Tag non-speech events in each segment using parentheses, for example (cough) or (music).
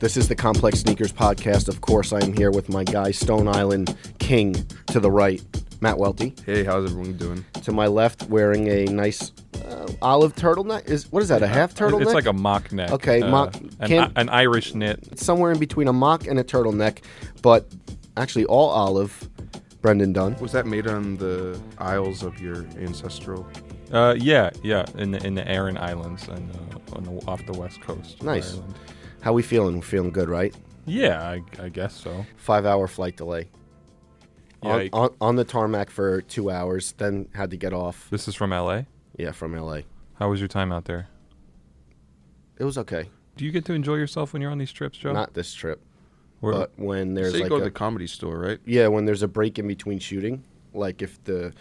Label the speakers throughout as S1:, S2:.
S1: This is the Complex Sneakers Podcast. Of course, I am here with my guy, Stone Island King, to the right, Matt Welty.
S2: Hey, how's everyone doing?
S1: To my left, wearing a nice uh, olive turtleneck. Is What is that, a half turtleneck?
S2: It's like a mock neck. uh,
S1: Okay, mock-
S2: An,
S1: can-
S2: an Irish knit.
S1: Somewhere in between a mock and a turtleneck, but actually all olive. Brendan Dunn.
S2: Was that made on the Isles of your ancestral? Uh, yeah, yeah, in the in the Aran Islands and uh, on the, off the west coast. of
S1: Nice.
S2: Ireland.
S1: How we feeling? We're feeling good, right?
S2: Yeah, I, I guess so.
S1: Five hour flight delay. On,
S2: Yike.
S1: on, on the tarmac for two hours, then had to get off.
S2: This is from L.A.
S1: Yeah, from LA.
S2: How was your time out there?
S1: It was okay.
S2: Do you get to enjoy yourself when you're on these trips, Joe?
S1: Not this trip,
S2: Where-
S1: but when there's
S2: So you
S1: like
S2: go
S1: a,
S2: to the
S1: comedy store, right? Yeah, when there's a break in between shooting, like if the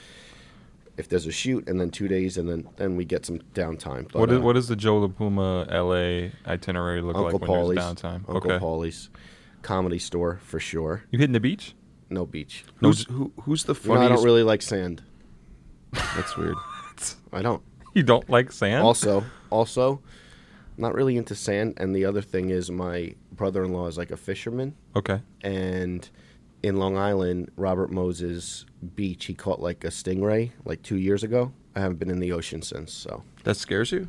S1: if there's a shoot and then two days and then then we get some downtime.
S2: what
S1: uh,
S2: is what does the Joe LaPuma L.A. itinerary look
S1: Uncle
S2: like when
S1: Paulie's
S2: there's downtime?
S1: Uncle
S2: okay,
S1: Paulie's comedy store for sure.
S2: you hitting the beach? (laughs)
S1: No beach.
S2: Who's-
S1: who? Who's
S2: the
S1: I don't
S2: funniest-
S1: really like sand.
S2: That's weird.
S1: I don't.
S2: you don't like sand?
S1: Also, also, not really into sand. And the other thing is, my brother-in-law is like a fisherman,
S2: okay.
S1: and in Long Island, Robert Moses Beach, he caught like a stingray like two years ago. I haven't been in the ocean since, so
S3: That scares you?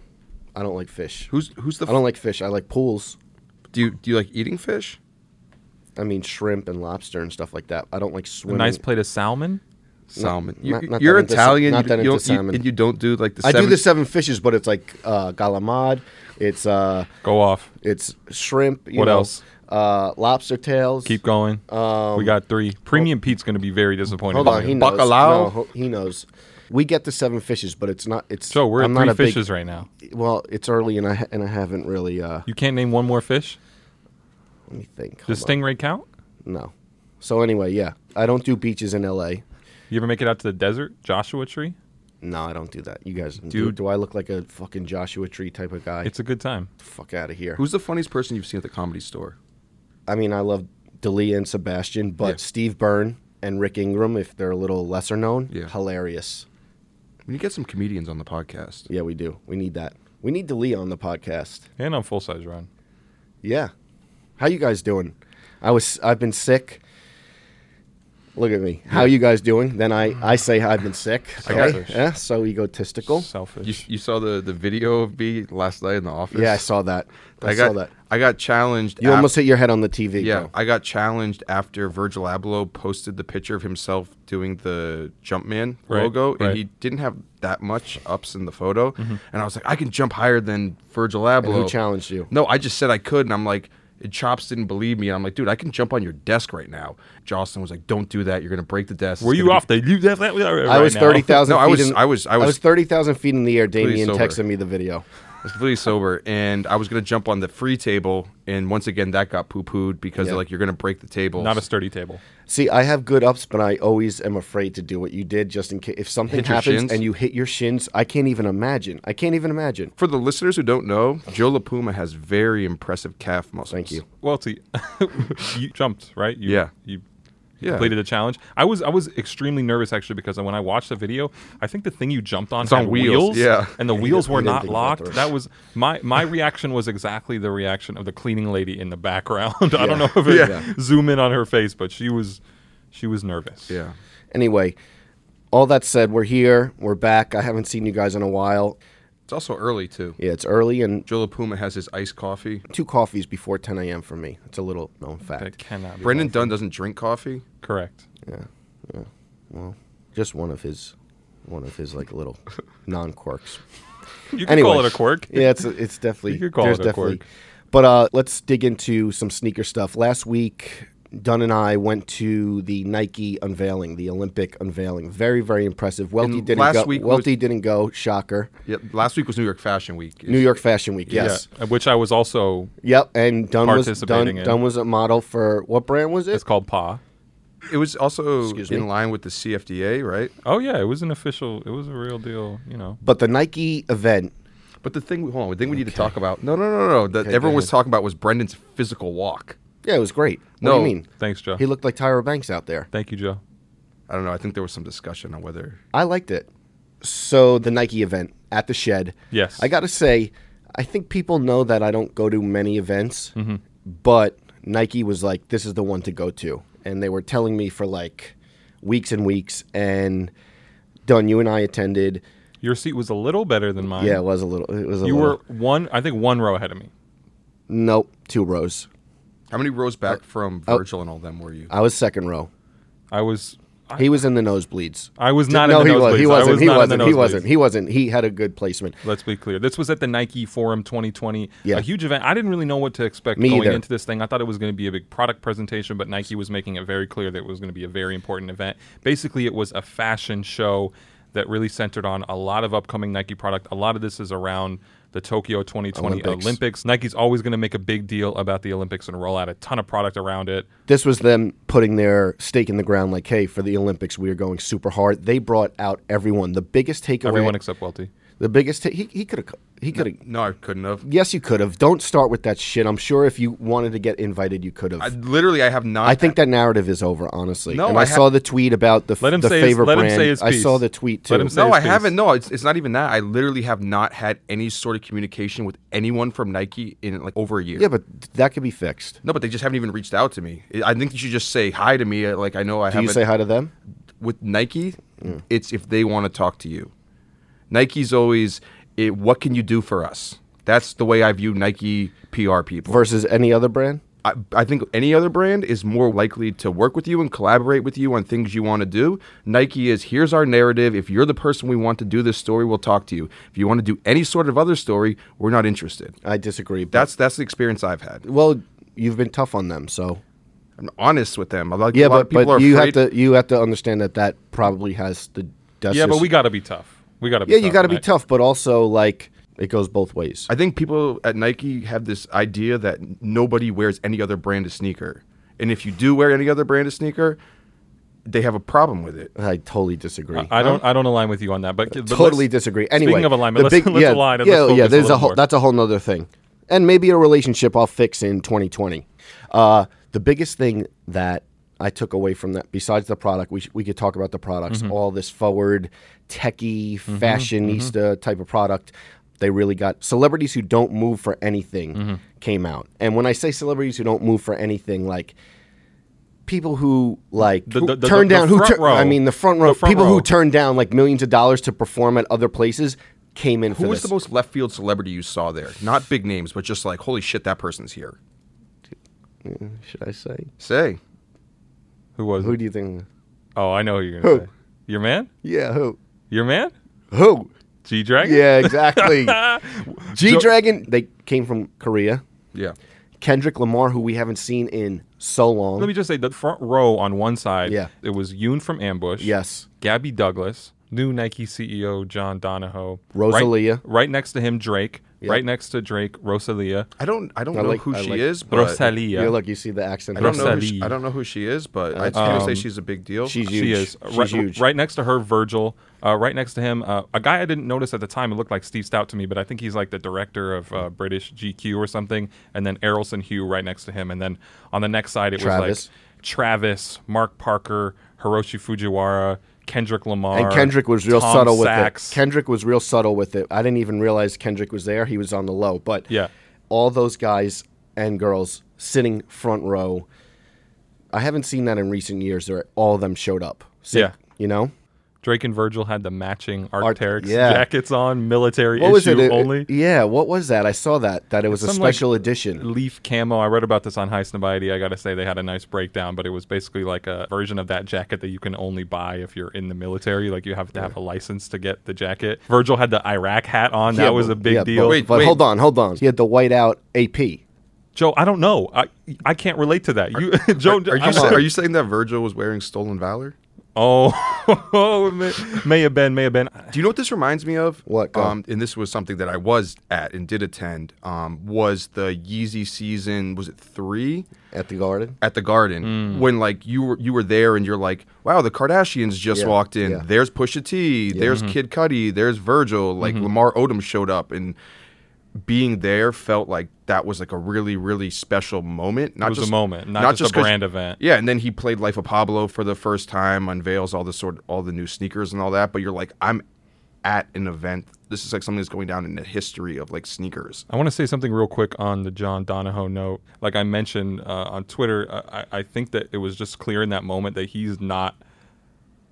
S1: I don't like fish.
S3: Who's who's the
S1: I don't like fish. I like pools.
S3: do you do you like eating fish?
S1: I mean, shrimp and lobster and stuff like that. I don't like
S2: A
S1: swimming.
S2: nice plate of
S1: (laughs)
S2: salmon.
S3: Salmon. You,
S1: not- not
S3: you're
S1: that into sa-
S3: Italian.
S1: not
S3: you,
S1: that
S3: you
S1: into
S3: don't, you-
S1: salmon.
S3: and you don't do like the.
S1: I do
S3: seven-
S1: the seven fishes, but it's like uh, galamad. It's uh,
S2: Go off.
S1: it's shrimp. you
S2: What
S1: know,
S2: else?
S1: Uh, lobster tails.
S2: Keep going. we got three. Premium Pete's going to be very disappointed.
S1: Um, Hold
S2: by
S1: on,
S2: you.
S1: he knows.
S3: Bacalao?
S1: No, ho- he knows. We get the seven fishes, but it's not. It's
S2: Joe, we're
S1: I'm
S2: at three
S1: not a big-
S2: fishes right now.
S1: Well, it's early, and I ha- and I haven't really. Uh,
S2: You can't name one more fish.
S1: let me think.
S2: Does
S1: Hold on.
S2: stingray count?
S1: No. So anyway, yeah, I don't do beaches in L.A.
S2: You ever make it out to the desert, Joshua Tree?
S1: No, I don't do that. You guys, do,
S3: Dude.
S1: do I look like a fucking Joshua Tree type of guy?
S2: It's a good time.
S1: the fuck out of here.
S3: Who's the funniest person you've seen at the comedy store?
S1: I mean, I love Delia and Sebastian, but Steve Byrne and Rick Ingram, if they're a little lesser known,
S3: Yeah.
S1: hilarious.
S3: We need to get some comedians on the podcast.
S1: Yeah, we do. We need that. We need Delia on the podcast.
S2: And on full size run.
S1: Yeah. How you guys doing? I was I've been sick. Look at me. How you guys doing? Then I I say I've been sick.
S2: got
S1: Okay.
S2: this.
S1: Yeah, so egotistical.
S2: Selfish.
S3: You, you saw the, the video of me last night in the office.
S1: Yeah, I saw that. I,
S3: got
S1: saw that.
S3: I got challenged.
S1: You
S3: af-
S1: almost hit your head on the TV.
S3: Yeah,
S1: bro.
S3: I got challenged after Virgil Abloh posted the picture of himself doing the Jumpman
S2: Right,
S3: logo,
S2: right. Mm-hmm.
S3: and he didn't have that much ups in the photo. And I was like, I can jump higher than Virgil Abloh.
S1: who challenged you?
S3: No, I just said I could, and I'm like, and Chops didn't believe me. And I'm like, dude, I can jump on your desk right now. Jocelyn was like, don't do that. You're gonna break the desk.
S2: Were
S3: It's
S2: you
S3: gonna be-
S2: off the? You definitely. Right
S1: I was
S2: now.
S1: thirty thousand.
S3: No, I
S1: feet
S3: was-
S1: In,
S3: I was- I was
S1: thirty thousand feet in the air. Damien
S3: sober.
S1: texted me the video.
S3: I was completely sober, and I was gonna jump on the free table, and once again that got poo pooed because
S1: Yeah.
S3: they're like you're gonna break the table.
S2: Not a sturdy table.
S1: See, I have good ups, but I always am afraid to do what you did, just in case if something
S3: Hit your
S1: happens
S3: shins?
S1: and you hit your shins. I can't even imagine. I can't even imagine.
S3: For the listeners who don't know, Joe LaPuma has very impressive calf muscles.
S1: Thank you.
S2: Well, see, (laughs) you jumped, right? You,
S3: Yeah.
S2: You
S3: Yeah.
S2: completed the challenge. I was I was extremely nervous actually because when I watched the video, I think the thing you jumped on
S3: It's on
S2: had
S3: wheels, yeah.
S2: and
S1: (laughs)
S2: the wheels
S1: didn't-
S2: were
S1: he didn't
S2: not
S1: think about
S2: locked.
S1: those.
S2: That was my my reaction was exactly the reaction of the cleaning lady in the background. (laughs) I don't know if it zoom in on her face, but she was she was nervous.
S3: Yeah.
S1: Anyway, all that said, we're here. We're back. I haven't seen you guys in a while.
S3: It's also early too.
S1: Yeah, it's early and
S3: Joe LaPuma has his iced coffee.
S1: two coffees before 10 a.m. for me. It's a little known fact.
S2: That cannot be
S3: Brendan
S2: healthy.
S3: Dunn doesn't drink coffee.
S2: Correct.
S1: Well, just one of his, one of his like
S3: (laughs)
S1: little non quirks.
S2: You can
S1: Anyway,
S2: call it a quirk.
S1: Yeah, it's it's definitely
S2: You could call
S1: there's
S2: it a
S1: definitely.
S2: quirk.
S1: But uh, let's dig into some sneaker stuff. Last week, Dunn and I went to the Nike unveiling, the Olympic unveiling. Very very impressive. Welty
S3: And
S1: didn't
S3: last
S1: go.
S3: week was-
S1: Welty didn't go. Shocker.
S3: Yeah, last week was New York Fashion Week.
S1: New York Fashion Week. Yes.
S2: Yeah, Uh, which I was also.
S1: Yep. And Dunn was Dunn,
S2: Participating in.
S1: Dunn was a model for what brand was it?
S2: It's called Pa.
S3: It was also
S1: Excuse
S3: in
S1: me.
S3: line with the CFDA, right?
S2: Oh yeah, it was an official. It was a real deal. You know.
S1: But the Nike event.
S3: But the thing, hold on, the thing we need to talk about. No, no, no, no. That
S1: go
S3: everyone was
S1: ahead.
S3: talking about was Brendan's physical walk.
S1: Yeah, it was great. What do
S3: No.
S1: you mean?
S2: Thanks, Joe.
S1: He looked like Tyra Banks out there.
S2: Thank you, Joe.
S3: I don't know. I think there was some discussion on whether
S1: I liked it. So the Nike event at the shed.
S2: Yes.
S1: I got to say, I think people know that I don't go to many events,
S2: Mm-hmm.
S1: but Nike was like, this is the one to go to. And they were telling me for like weeks and weeks. And Dunn, you and I attended.
S2: Your seat was a little better than mine.
S1: Yeah, it was a little. It was a
S2: You
S1: little.
S2: were one. I think one row ahead of me.
S1: Nope, two rows.
S3: how many rows back
S1: Uh,
S3: from Virgil and all them were you?
S1: I was second row.
S2: I was. I,
S1: He was in the nosebleeds.
S2: I was not
S1: no,
S2: in the
S1: he was.
S2: nosebleeds.
S1: He
S2: I
S1: wasn't.
S2: was
S1: he
S2: not in the
S1: wasn't. He wasn't.
S2: nosebleeds.
S1: He wasn't. He had a good placement.
S2: Let's be clear. This was at the Nike Forum 2020,
S1: Yeah.
S2: a huge event. I didn't really know what to expect
S1: Me
S2: going
S1: either.
S2: into this thing. I thought it was going to be a big product presentation, but Nike was making it very clear that it was going to be a very important event. Basically, it was a fashion show that really centered on a lot of upcoming Nike product. A lot of this is around the Tokyo 2020
S1: Olympics.
S2: Olympics. Nike's always going to make a big deal about the Olympics and roll out a ton of product around it.
S1: this was them putting their stake in the ground like hey for the olympics we are going super hard they brought out everyone the biggest takeaway
S2: Everyone except Welty.
S1: the biggest ta- he could have he could have
S3: No, I couldn't have.
S1: yes you could have don't start with that shit i'm sure if you wanted to get invited you could have
S3: I,
S1: I,
S3: literally, I have not.
S1: think that narrative is over honestly
S3: No,
S1: and
S3: I
S1: i,
S3: ha-
S1: saw the tweet about the, f-
S2: Let him
S1: the
S2: say his-
S1: favorite
S2: let him
S1: brand
S2: say his
S1: i saw
S2: piece.
S1: the tweet too
S2: Let him say
S3: No,
S2: his
S3: I
S2: piece.
S3: haven't. No, it's, it's not even that. I literally have not had any sort of communication with anyone from Nike in like over a year.
S1: yeah but that could be fixed
S3: No, but they just haven't even reached out to me. I I think you should just say hi to me. uh, Like I know I
S1: do
S3: haven't.
S1: you say hi Mm. to them
S3: with Nike, it's if they want to talk to you. Nike's always, it, what can you do for us? That's the way I view Nike PR people.
S1: versus any other brand
S3: I, I think any other brand is more likely to work with you and collaborate with you on things you want to do. Nike is here's our narrative. If you're the person we want to do this story, we'll talk to you. If you want to do any sort of other story, we're not interested.
S1: i disagree but
S3: That's that's the experience I've had.
S1: well you've been tough on them so
S3: I'm honest with them. Like,
S1: Yeah,
S3: a lot
S1: but,
S3: of people
S1: but
S3: are
S1: you
S3: afraid.
S1: have to you have to understand that that probably has the that's
S2: Yeah, but
S1: just-
S2: we got to be tough. We got to.
S1: yeah you got to be
S2: tonight.
S1: tough, but also like it goes both ways.
S3: I think people at Nike have this idea that n- nobody wears any other brand of sneaker. And if you do wear any other brand of sneaker, they have a problem with it.
S1: I, totally disagree.
S2: I don't. I don't align with you on that. But, but
S1: totally
S2: let's-
S1: disagree. Anyway,
S2: speaking of alignment,
S1: the
S2: let's,
S1: big-
S2: let's
S1: yeah,
S2: align. and
S1: yeah, oh,
S2: let's
S1: yeah.
S2: focus a
S1: There's a,
S2: little
S1: whole
S2: more.
S1: that's a whole nother thing, and maybe a relationship I'll fix in 2020. Uh, the biggest thing that I took away from that, besides the product, we sh- we could talk about the products.
S2: Mm-hmm.
S1: All this forward, techie, fashionista
S2: Mm-hmm.
S1: type of product. They really got celebrities who don't move for anything
S2: Mm-hmm.
S1: came out, and when I say celebrities who don't move for anything, like. People who like
S2: The-
S1: who
S2: the- the-
S1: turn
S2: the
S1: down who
S2: front
S1: tur- I
S2: row.
S1: mean the front row
S2: The front
S1: people who
S2: row.
S1: turn turned down like millions of dollars to perform at other places came in
S3: Who
S1: for
S3: was
S1: this.
S3: the most left field celebrity you saw there? Not big names, but just like, holy shit, that person's here.
S1: Should I say?
S3: Say.
S2: Who was?
S1: Who
S2: it?
S1: do you think?
S2: Oh, I know who you're gonna
S1: Who?
S2: say. Your man?
S1: Yeah, who?
S2: Your man?
S1: Who?
S2: G Dragon?
S1: Yeah, exactly. G Dragon. They came from Korea.
S3: Yeah.
S1: Kendrick Lamar, who we haven't seen in so long.
S2: Let me just say the front row on one side,
S1: Yeah.
S2: it was Yoon from Ambush.
S1: Yes.
S2: Gabby Douglas, new Nike CEO John Donahoe.
S1: Rosalia.
S2: Right, right next to him, Drake. Right next to Drake, Rosalia.
S3: I don't I don't
S1: I
S3: know
S1: like-
S3: who
S1: I
S3: she
S1: like-
S3: is, but
S2: Rosalia.
S1: Yeah, look, you see the accent.
S3: I don't know who she,
S2: Rosalie.
S3: I don't know who she is, but I'm gonna say she's a big deal.
S1: Uh, um, She's huge.
S2: She is.
S1: She's
S2: right,
S1: huge.
S2: right next to her, Virgil. Uh, right next to him, uh, a guy I didn't notice at the time. It looked like Steve Stout to me, but I think he's like the director of uh, British GQ or something. And then Errolson Hugh right next to him. And then on the next side, it was
S1: Travis.
S2: like Travis, Mark Parker, Hiroshi Fujiwara, Kendrick Lamar.
S1: And Kendrick was real
S2: Tom
S1: subtle
S2: Sachs.
S1: with it. Kendrick was real subtle with it. I didn't even realize Kendrick was there. He was on the low, but
S2: Yeah.
S1: all those guys and girls sitting front row. I haven't seen that in recent years. Where all of them showed up. Sick,
S2: Yeah.
S1: you know.
S2: Drake and Virgil had the matching
S1: Art-
S2: Arcteryx
S1: yeah.
S2: jackets on, military
S1: What was
S2: issue
S1: it? It-
S2: only.
S1: yeah, what was that? I saw that that it was a
S2: some, like,
S1: special edition.
S2: Leaf camo. I read about this on Heist Nobiety. I got to say they had a nice breakdown, but it was basically like a version of that jacket that you can only buy if you're in the military. Like you have to have a license to get the jacket. Virgil had the Iraq hat on.
S1: Yeah,
S2: that was
S1: but-
S2: a big
S1: yeah, but-
S2: deal.
S1: But,
S3: Wait, wait.
S1: hold on, hold on. He had the white out AP.
S2: Joe, I don't know. I I can't relate to that. You, (laughs) Joe,
S3: Are
S2: I'm
S3: you, sa-
S2: sorry.
S3: are you saying that Virgil was wearing stolen valor?
S2: Oh, (laughs) oh, may, may have been, may have been.
S3: Do you know what this reminds me of?
S1: What, go on.
S3: Um, and this was something that I was at and did attend. Um, was the Yeezy season? Was it three?
S1: At the garden,
S3: at the
S2: Mm.
S3: garden when like you were you were there and you're like, wow, the Kardashians just
S1: Yeah,
S3: walked in.
S1: yeah.
S3: There's Pusha T, there's
S2: Mm-hmm.
S3: Kid Cudi, there's Virgil, like Lamar Odom showed up and being there felt like that was like a really really special moment not
S2: was a
S3: just
S2: moment, not just a
S3: 'cause-
S2: brand event.
S3: yeah and then he played life of pablo for the first time unveils all the sort all the new sneakers and all that but you're like i'm at an event this is like something that's going down in the history of like sneakers
S2: I want to say something real quick on the John Donahoe note. Like I mentioned uh, on Twitter, I, I I think that it was just clear in that moment that he's not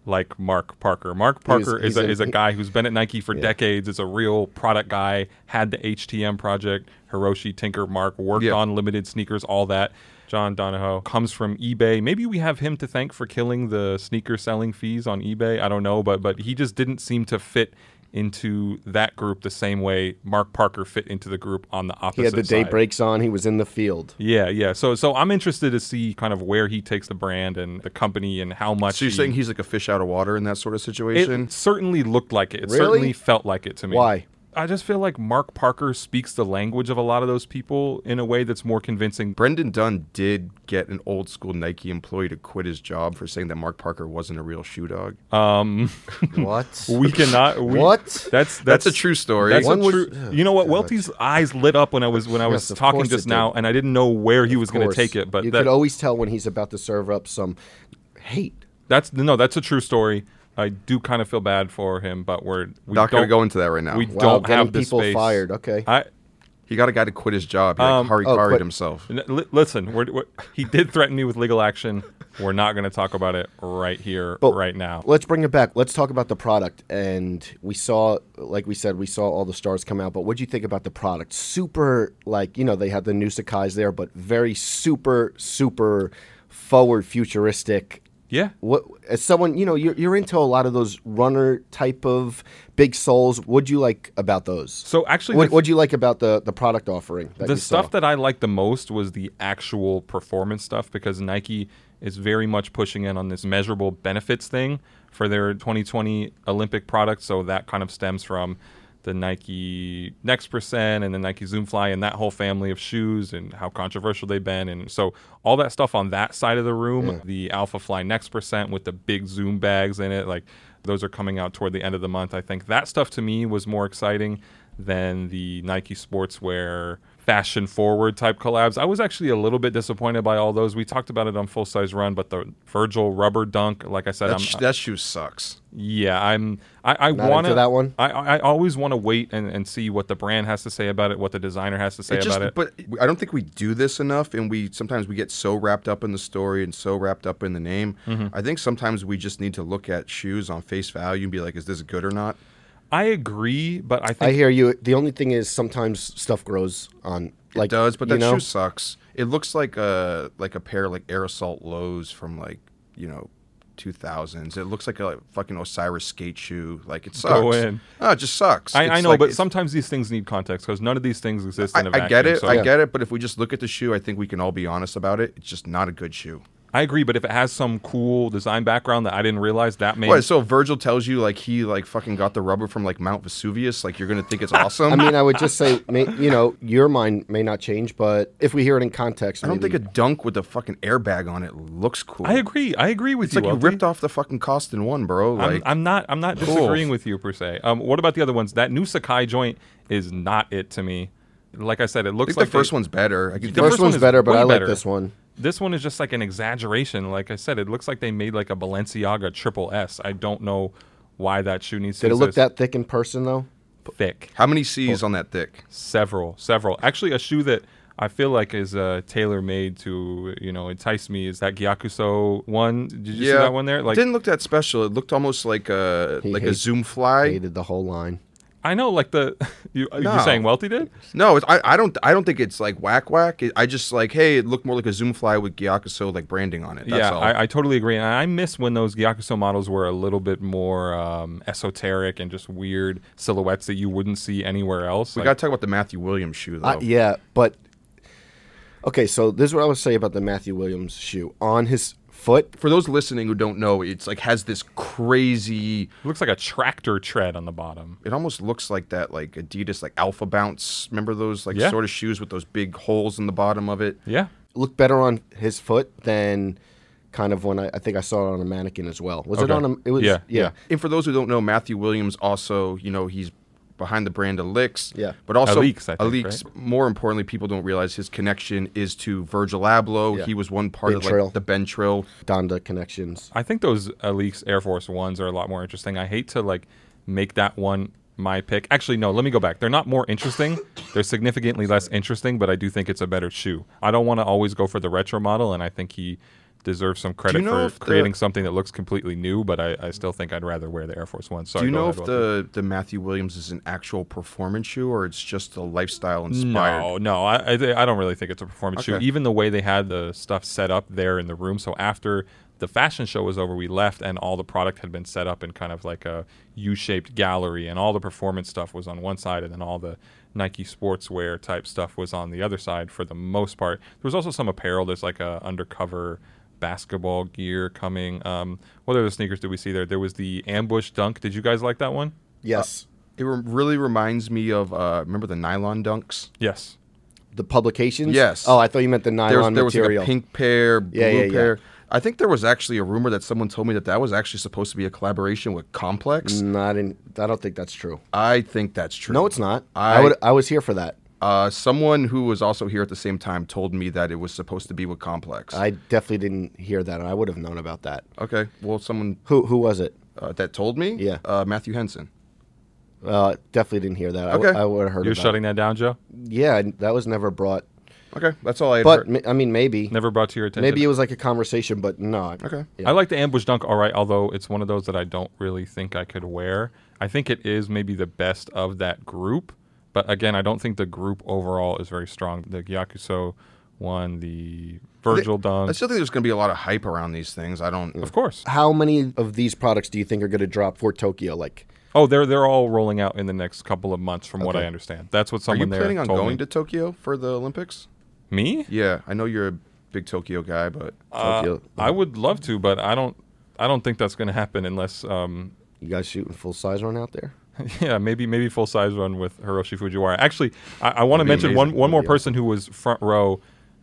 S2: like Mark Parker. Mark Parker
S1: he's
S2: is, a,
S1: a-
S2: is a guy who's been at Nike for decades. Is a real product guy. Had the HTM project, Hiroshi Tinker Mark worked
S3: Yeah.
S2: on limited sneakers, all that. John Donahoe comes from eBay. Maybe we have him to thank for killing the sneaker selling fees on eBay. I don't know, but but he just didn't seem to fit into that group the same way Mark Parker fit into the group on the opposite
S1: he had the day
S2: side.
S1: breaks on. He was in the field.
S2: Yeah, yeah. So so I'm interested to see kind of where he takes the brand and the company and how much
S3: so you're
S2: he-
S3: saying he's like a fish out of water in that sort of situation
S2: It certainly looked like it. It
S1: Really?
S2: certainly felt like it to me.
S1: Why?
S2: I just feel like Mark Parker speaks the language of a lot of those people in a way that's more convincing.
S3: Brendan Dunn did get an old school Nike employee to quit his job for saying that Mark Parker wasn't a real shoe dog.
S2: Uh,
S1: (laughs) What?
S2: We cannot. We,
S1: What?
S2: That's, that's
S3: That's a true story.
S2: That's a
S1: One was-
S2: true.
S1: Ugh,
S2: you know what? Welty's eyes lit up when I was when I was
S1: Yes, of
S2: talking
S1: course
S2: just
S1: it
S2: now,
S1: did.
S2: and I didn't know where he was going to
S1: course.
S2: take it. But
S1: you
S2: that,
S1: could always tell when he's about to serve up some hate.
S2: that's no, that's a true story. I do kind of feel bad for him, but we're we
S3: Not going
S2: don't-
S3: to go into that right now.
S2: We
S1: Wow,
S2: don't
S1: getting
S2: have the
S1: people
S2: space.
S1: fired. Okay.
S2: I
S3: he got a guy to quit his job. He like,
S2: Um,
S1: oh,
S3: harikaried
S1: quit.
S3: himself.
S2: N- li- listen, we're, we're, he did threaten me with legal action. We're not going to talk about it right here,
S1: But
S2: right now.
S1: Let's bring it back. Let's talk about the product. And we saw, like we said, we saw all the stars come out. But what do you think about the product? Super, like you know, they had the new Sakai's there, but very super, super forward, futuristic.
S2: Yeah.
S1: What as someone you know, you're, you're into a lot of those runner type of big soles. What'd you like about those?
S2: So actually,
S1: what
S2: the-
S1: what'd you like about the the product offering? That
S2: the
S1: you
S2: stuff
S1: saw?
S2: that I liked the most was the actual performance stuff because Nike is very much pushing in on this measurable benefits thing for their 2020 Olympic product. So that kind of stems from the Nike Next Percent and the Nike Zoom Fly and that whole family of shoes and how controversial they've been. And so all that stuff on that side of the room, the Alpha Fly Next Percent with the big Zoom bags in it, like those are coming out toward the end of the month. I think that stuff to me was more exciting than the Nike sportswear fashion forward type collabs. I was actually a little bit disappointed by all those. We talked about it on Full Size Run, but the Virgil rubber dunk, like I said,
S3: That,
S2: I'm, uh,
S3: sh- that shoe sucks.
S2: yeah, I'm. I, I
S1: Not
S2: want
S1: into that one?
S2: I I I always want to wait and, and see what the brand has to say about it, what the designer has to say
S3: It
S2: about
S3: just,
S2: it.
S3: but I don't think we do this enough, and we sometimes we get so wrapped up in the story and so wrapped up in the name.
S2: Mm-hmm.
S3: I think sometimes we just need to look at shoes on face value and be like, is this good or not?
S2: I agree, but I think
S1: I hear you. The only thing is sometimes stuff grows on. Like
S3: it does, but
S1: you
S3: that
S1: know?
S3: shoe sucks. It looks like a like a pair of like aerosol lows from like you know. 2000s. It looks like a fucking Osiris skate shoe. Like it sucks.
S2: in.
S3: No, it just sucks.
S2: I, I
S3: It's
S2: know,
S3: like-
S2: but
S3: it's-
S2: sometimes these things need context because none of these things exist
S3: I,
S2: in a vacuum.
S3: I get it.
S2: so-
S3: I get it. But if we just look at the shoe, I think we can all be honest about it. It's just not a good shoe.
S2: I agree, but if it has some cool design background that I didn't realize, that may
S3: What? So if Virgil tells you like he like fucking got the rubber from like Mount Vesuvius. Like you're gonna think
S2: (laughs)
S3: it's awesome.
S1: I mean, I would just say, may, you know, your mind may not change, but if we hear it in context,
S3: I don't think
S1: maybe-
S3: a dunk with a fucking airbag on it looks cool.
S2: I agree. I agree with
S3: It's
S2: you.
S3: like you
S2: Elton.
S3: ripped off the fucking cost in one, bro.
S2: I'm,
S3: Like
S2: I'm not. I'm not disagreeing with you per se. Um, what about the other ones? That new Sakai joint is not it to me. Like I said, it
S3: I
S2: looks
S3: think
S2: like
S3: the first
S2: they-
S3: one's better. I could-
S2: the
S1: first,
S2: first one
S1: one's
S2: is
S1: better, but
S2: way
S1: I like
S2: better.
S1: this one.
S2: This one is just like an exaggeration. Like I said, it looks like they made like a Balenciaga triple S. I don't know why that shoe needs to
S1: Did it look
S2: exist.
S1: that thick in person though?
S2: thick.
S3: How many C's on that thick?
S2: Several, several. Actually, a shoe that I feel like is uh, tailor made to you know entice me is that Gyakuso one. Did you see that one there? Like
S3: didn't look that special. It looked almost like a
S1: He
S3: like a
S1: hate-
S3: Zoom fly.
S1: hated the whole line.
S2: I know, like the (laughs) you,
S3: No.
S2: you're saying Welty did.
S3: No, it's, I, I don't I don't think it's like whack whack. It- I just like hey, it looked more like a Zoom fly with Gyakuso like branding on it. That's
S2: yeah,
S3: all.
S2: I, I totally agree. And I miss when those Gyakuso models were a little bit more um, esoteric and just weird silhouettes that you wouldn't see anywhere else.
S3: we
S2: Like,
S3: got to talk about the Matthew Williams shoe though.
S1: Uh, yeah, but okay. So this is what I would say about the Matthew Williams shoe on his foot.
S3: For those listening who don't know, it's like has this crazy.
S2: it looks like a tractor tread on the bottom.
S3: It almost looks like that like Adidas like Alpha Bounce. Remember those like
S2: Yeah.
S3: sort of shoes with those big holes in the bottom of it.
S2: Yeah,
S1: Looked better on his foot than kind of when I, I think I saw it on a mannequin as well. Was
S2: Okay.
S1: it on a? It was
S2: Yeah,
S1: yeah.
S3: And for those who don't know, Matthew Williams also, you know, he's behind the brand Elix.
S1: Yeah.
S3: But also
S2: Alix, I think,
S3: Alix, more importantly, people don't realize his connection is to Virgil Abloh.
S1: Yeah.
S3: He was one part of
S1: Bentrill.
S3: like the Bentrill.
S1: Donda connections.
S2: I think those Alix Air Force Ones are a lot more interesting. I hate to like make that one my pick. Actually, no. Let me go back. They're not more interesting. They're significantly less interesting, but I do think it's a better shoe. I don't want to always go for the retro model, and I think he deserves some credit
S3: know if
S2: for
S3: the-
S2: creating something that looks completely new. But I, I still think I'd rather wear the Air Force One. Sorry,
S3: Do you
S2: go
S3: know
S2: ahead,
S3: if
S2: Walter.
S3: the, the Matthew Williams is an actual performance shoe or it's just a lifestyle inspired?
S2: No, no, I, I, th- I don't really think it's a performance shoe.
S3: Okay.
S2: Even the way they had the stuff set up there in the room. So after the fashion show was over, we left, and all the product had been set up in kind of like a U-shaped gallery, and all the performance stuff was on one side, and then all the Nike sportswear type stuff was on the other side for the most part. There was also some apparel. There's like a undercover basketball gear coming. Um, what other sneakers did we see there? There was the ambush dunk. Did you guys like that one?
S1: Yes,
S3: It re- really reminds me of, uh, remember the nylon dunks?
S2: Yes.
S1: the publications.
S3: Yes.
S1: Oh, I thought you meant the
S3: There was,
S1: nylon
S3: there was like
S1: material.
S3: a pink pair, blue
S1: Yeah, yeah, yeah.
S3: pair. I think there was actually a rumor that someone told me that that was actually supposed to be a collaboration with Complex.
S1: Not in. I don't think that's true.
S3: I think that's true.
S1: Mm. No, it's not.
S3: I,
S1: I would. I was here for that.
S3: uh, someone who was also here at the same time told me that it was supposed to be with Complex.
S1: I definitely didn't hear that, and I would have known about that.
S3: okay, well, someone
S1: Who Who was it?
S3: uh, that told me,
S1: Yeah.
S3: uh, Matthew Henson.
S1: Uh, definitely didn't hear that. I
S3: Okay.
S1: w- I would have heard.
S2: You're
S1: about
S2: shutting that down, Joe.
S1: It. Yeah, and that was never brought.
S3: Okay, that's all I had
S1: But
S3: heard.
S1: ma- I mean, maybe.
S2: Never brought to your attention.
S1: Maybe it was like a conversation, but no. Okay.
S2: I like the ambush dunk, all right. Although it's one of those that I don't really think I could wear. I think it is maybe the best of that group, but again, I don't think the group overall is very strong. The Gyakuso one, the Virgil dunk,
S3: I still think there's going to be a lot of hype around these things. I don't.
S2: of course.
S1: How many of these products do you think are going to drop for Tokyo? Like,
S2: Oh, they're they're all rolling out in the next couple of months, from what I understand. That's what
S3: Are you
S2: someone there
S3: planning on
S2: told
S3: going
S2: me.
S3: to Tokyo for the Olympics?
S2: me.
S3: Yeah, I know you're a big Tokyo guy, but
S2: Uh,
S1: Tokyo,
S2: I would love to, but I don't. I don't think that's going to happen unless um,
S1: you guys shooting full size run out there?
S2: (laughs) Yeah, maybe maybe full size run with Hiroshi Fujiwara. Actually, I, I want to mention one, one more person who was front row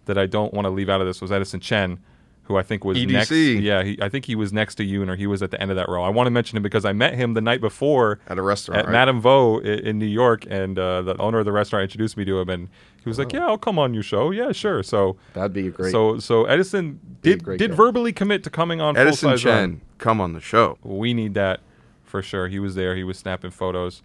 S2: that I don't want to leave out of this was Edison Chen, who I think was
S3: E
S2: next.
S3: EDC.
S2: Yeah, he, I think he was next to you, or he was at the end of that row. I want to mention him because I met him the night before
S3: At a restaurant,
S2: at
S3: right?
S2: Madame Vo in, in New York, and uh, the owner of the restaurant introduced me to him, and he was
S3: Oh.
S2: like, "Yeah, I'll come on your show. Yeah, sure." So
S1: That'd be great.
S2: So so Edison did
S1: great
S2: did
S1: guy.
S2: verbally commit to coming on full
S3: Edison
S2: size
S3: Chen,
S2: run
S3: come on the show.
S2: we need that for sure. He was there. He was snapping photos.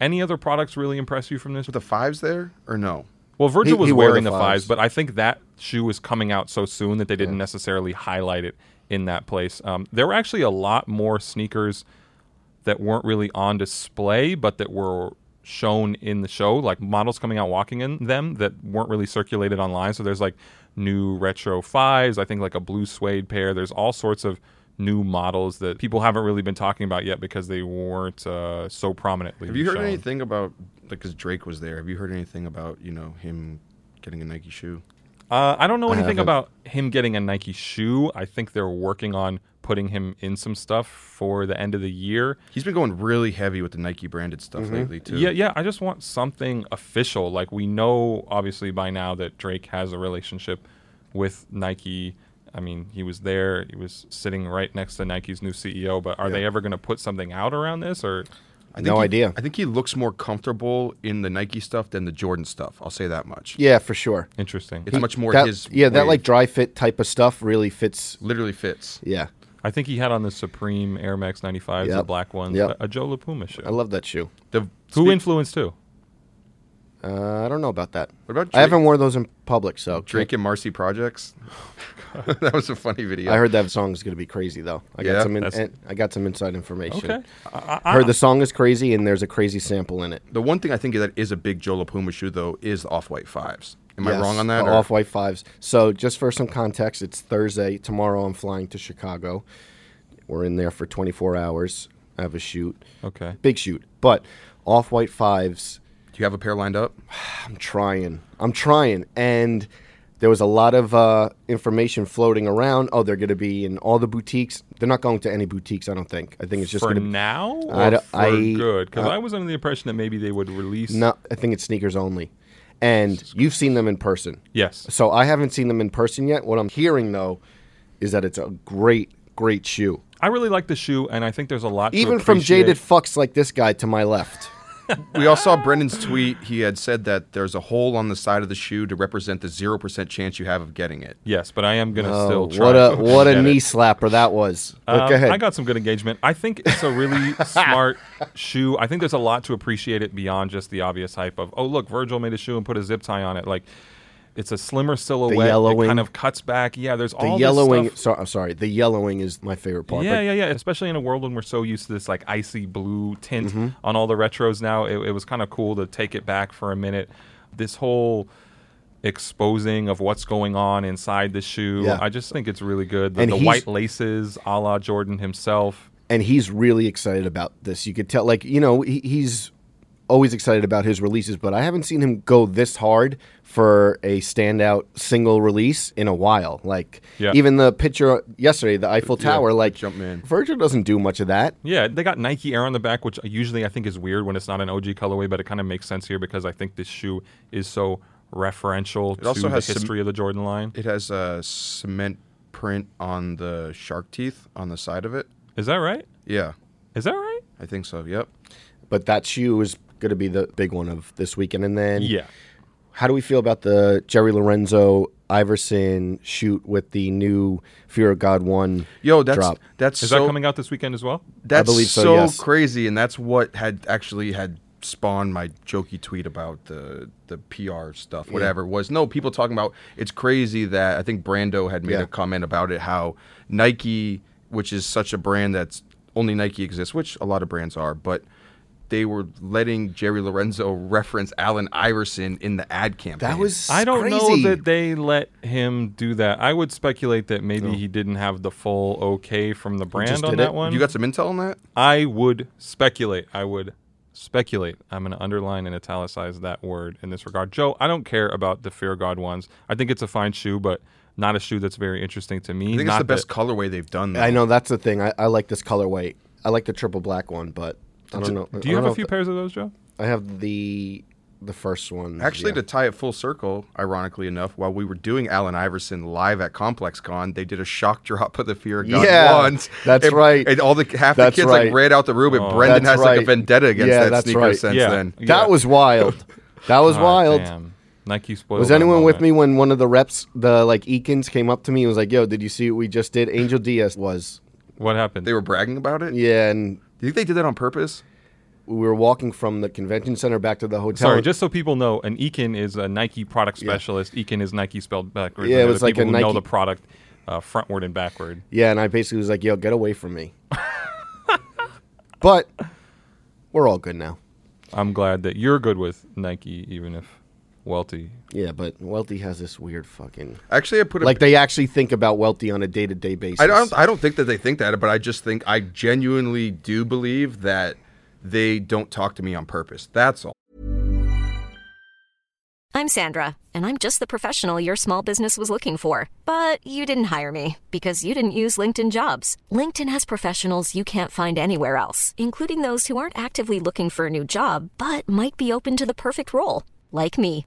S2: Any other products really impress you from this?
S3: With the fives there or no?
S2: Well, Virgil
S1: He-
S2: was
S1: he wore
S2: wearing the
S1: the
S2: fives.
S1: fives.
S2: but I think that shoe was coming out so soon that they didn't necessarily highlight it in that place. Um, there were actually a lot more sneakers that weren't really on display, but that were shown in the show, like models coming out walking in them that weren't really circulated online. So there's like new retro fives, I think like a blue suede pair. There's all sorts of new models that people haven't really been talking about yet because they weren't uh, so prominently.
S3: Have you heard
S2: shown.
S3: anything about like because Drake was there? Have you heard anything about you know him getting a Nike shoe?
S2: Uh, I don't know anything about him getting a Nike shoe. I think they're working on putting him in some stuff for the end of the year.
S3: He's been going really heavy with the Nike branded stuff lately too.
S2: Yeah, yeah. I just want something official. Like we know, obviously by now that Drake has a relationship with Nike. I mean, he was there. He was sitting right next to Nike's new CEO. But are they ever going to put something out around this? Or
S3: I think
S1: No
S3: he-
S1: idea.
S3: I think he looks more comfortable in the Nike stuff than the Jordan stuff. I'll say that much.
S1: yeah, for sure.
S2: interesting.
S3: It's much more
S1: That-
S3: his.
S1: yeah, that
S3: wave.
S1: like dry fit type of stuff really fits.
S3: literally fits.
S1: Yeah,
S2: I think he had on the Supreme Air Max 95s, the
S1: Yep.
S2: black ones,
S1: Yep.
S2: a Joe LaPuma shoe.
S1: I love that shoe.
S3: The
S2: Who influenced who?
S1: Uh, I don't know about that.
S3: What about
S1: I haven't
S3: Drake?
S1: worn those in public, so
S3: Drake and
S1: (laughs)
S3: Marcy Projects. (laughs) that was a funny video.
S1: I heard that song is going to be crazy, though. I
S3: Yeah?
S1: got some. In,
S2: That's-
S1: and- I got some inside information.
S2: Okay.
S1: I heard the song is crazy, and there's a crazy sample in it.
S3: the one thing I think that is a big Joe LaPuma shoe though is the off white fives. Am I
S1: Yes,
S3: wrong on that?
S1: the
S3: or-
S1: Off-white fives. So just for some context, it's Thursday. Tomorrow, I'm flying to Chicago. We're in there for 24 hours. I have a shoot.
S2: Okay.
S1: Big shoot, but off-white fives.
S3: Do you have a pair lined up?
S1: I'm trying. I'm trying. And there was a lot of uh, information floating around. Oh, they're going to be in all the boutiques. They're not going to any boutiques, I don't think. I think it's just
S2: for
S1: going to be.
S2: now or
S1: I don't-
S2: for
S1: I- uh,
S2: good? Because I was under the impression that maybe they would release.
S1: No, I think it's sneakers only. And you've seen them in person.
S2: Yes.
S1: So I haven't seen them in person yet. What I'm hearing, though, is that it's a great, great shoe.
S2: I really like the shoe, and I think there's a lot. to
S1: Even from
S2: appreciate.
S1: jaded fucks like this guy to my left.
S3: We all saw Brendan's tweet. He had said that there's a hole on the side of the shoe to represent the zero percent chance you have of getting it.
S2: Yes, but I am gonna
S1: Oh,
S2: still try.
S1: what
S2: (laughs)
S1: a
S2: to
S1: what a
S2: get
S1: knee
S2: it.
S1: slapper that was. But
S2: Um,
S1: go ahead.
S2: I got some good engagement. I think it's a
S1: (laughs)
S2: really smart shoe. I think there's a lot to appreciate it beyond just the obvious hype of oh look, Virgil made a shoe and put a zip tie on it. Like it's a slimmer silhouette. It
S1: yellowing.
S2: kind of cuts back. Yeah, there's
S1: the
S2: all this
S1: yellowing.
S2: stuff.
S1: So, I'm sorry. The yellowing is my favorite part.
S2: Yeah,
S1: but
S2: yeah, yeah. Especially in a world when we're so used to this like icy blue tint
S1: Mm-hmm.
S2: on all the retros now, it, it was kind of cool to take it back for a minute. This whole exposing of what's going on inside the shoe,
S1: Yeah.
S2: I just think it's really good. The,
S1: And
S2: the
S1: he's-
S2: white laces, a la Jordan himself.
S1: and he's really excited about this. You could tell, like you know, he, he's always excited about his releases, but I haven't seen him go this hard for a standout single release in a while. Like
S2: Yeah.
S1: even the picture yesterday, the Eiffel Tower, like
S3: Jumpman.
S1: Virgil doesn't do much of that.
S2: Yeah, they got Nike Air on the back, which usually I think is weird when it's not an OG colorway, but it kind of makes sense here because I think this shoe is so referential to
S3: also has
S2: the
S3: some-
S2: history of the Jordan line.
S3: It has a cement print on the shark teeth on the side of it.
S2: Is that right?
S3: Yeah,
S2: Is that right?
S3: I think so. Yep.
S1: But that shoe is going to be the big one of this weekend. And then,
S2: Yeah.
S1: how do we feel about the Jerry Lorenzo Iverson shoot with the new Fear of God one?
S3: Yo, that's
S1: drop?
S3: that's
S2: Is
S3: so
S2: that coming out this weekend as well?
S3: that's
S1: believe so,
S3: so
S1: yes.
S3: crazy, and that's what had actually had spawned my jokey tweet about the the PR stuff, whatever it was. No, people talking about it's crazy that I think Brando had made
S1: Yeah.
S3: a comment about it, how Nike, which is such a brand that's only Nike exists, which a lot of brands are, but they were letting Jerry Lorenzo (laughs) reference Allen Iverson in the ad campaign.
S1: That was
S2: I don't
S1: crazy.
S2: know that they let him do that. I would speculate that maybe he didn't have the full okay from the brand
S1: Oh. just
S2: on
S1: did
S2: that
S1: it.
S2: one.
S3: You got some intel on that?
S2: I would speculate. I would speculate. I'm going to underline and italicize that word in this regard. Joe, I don't care about the Fear God ones. I think it's a fine shoe, but not a shoe that's very interesting to me.
S3: I think it's
S2: Not
S3: the best
S2: that-
S3: colorway they've done. Though.
S1: I know that's the thing. I, I like this colorway. I like the triple black one, but I don't know.
S2: Do
S1: I
S2: you
S1: don't
S2: have
S1: know
S2: a
S1: if
S2: few
S1: the-
S2: pairs of those, Joe?
S1: I have the the first one.
S3: Actually,
S1: yeah.
S3: to tie it full circle, ironically enough, while we were doing Allen Iverson live at Complex Con, they did a shock (laughs) drop of the Fear of God
S1: Yeah,
S3: wands.
S1: that's
S3: and,
S1: right.
S3: And all the half
S1: That's
S3: the kids
S1: right.
S3: like ran out the room, and Brendan
S1: That's
S3: has like
S1: right.
S3: a vendetta against
S1: Yeah,
S3: that
S1: that's
S3: sneaker
S1: right.
S3: sense.
S2: Oh. Yeah.
S3: Then
S2: Yeah.
S1: that was wild. That was
S2: Ah,
S1: wild.
S2: damn. Nike spoiled.
S1: Was
S2: my
S1: anyone with
S2: moment.
S1: me when one of the reps, the like Eakins, came up to me and was like, "Yo, did you see what we just did?" Angel Diaz was,
S2: What happened?
S3: they were bragging about it.
S1: yeah, and
S3: Do you think they did that on purpose?
S1: we were walking from the convention center back to the hotel.
S2: Sorry, just so people know, an Eakin is a Nike product specialist. Eakin is Nike spelled backwards.
S1: Yeah, it
S2: I know
S1: was
S2: the
S1: like
S2: people
S1: a
S2: who know
S1: Nike-
S2: the product uh, frontward and backward.
S1: yeah, and I basically was like, "Yo, get away from me." (laughs) but we're all good now.
S2: I'm glad that you're good with Nike, even if Welty.
S1: Yeah, but Welty has this weird fucking
S3: Actually, I put a
S1: like they actually think about Welty on a day to day basis.
S3: I don't. I don't think that they think that, but I just think I genuinely do believe that they don't talk to me on purpose. That's all.
S4: I'm Sandra, and I'm just the professional your small business was looking for. But you didn't hire me because you didn't use LinkedIn jobs. LinkedIn has professionals you can't find anywhere else, including those who aren't actively looking for a new job but might be open to the perfect role, like me.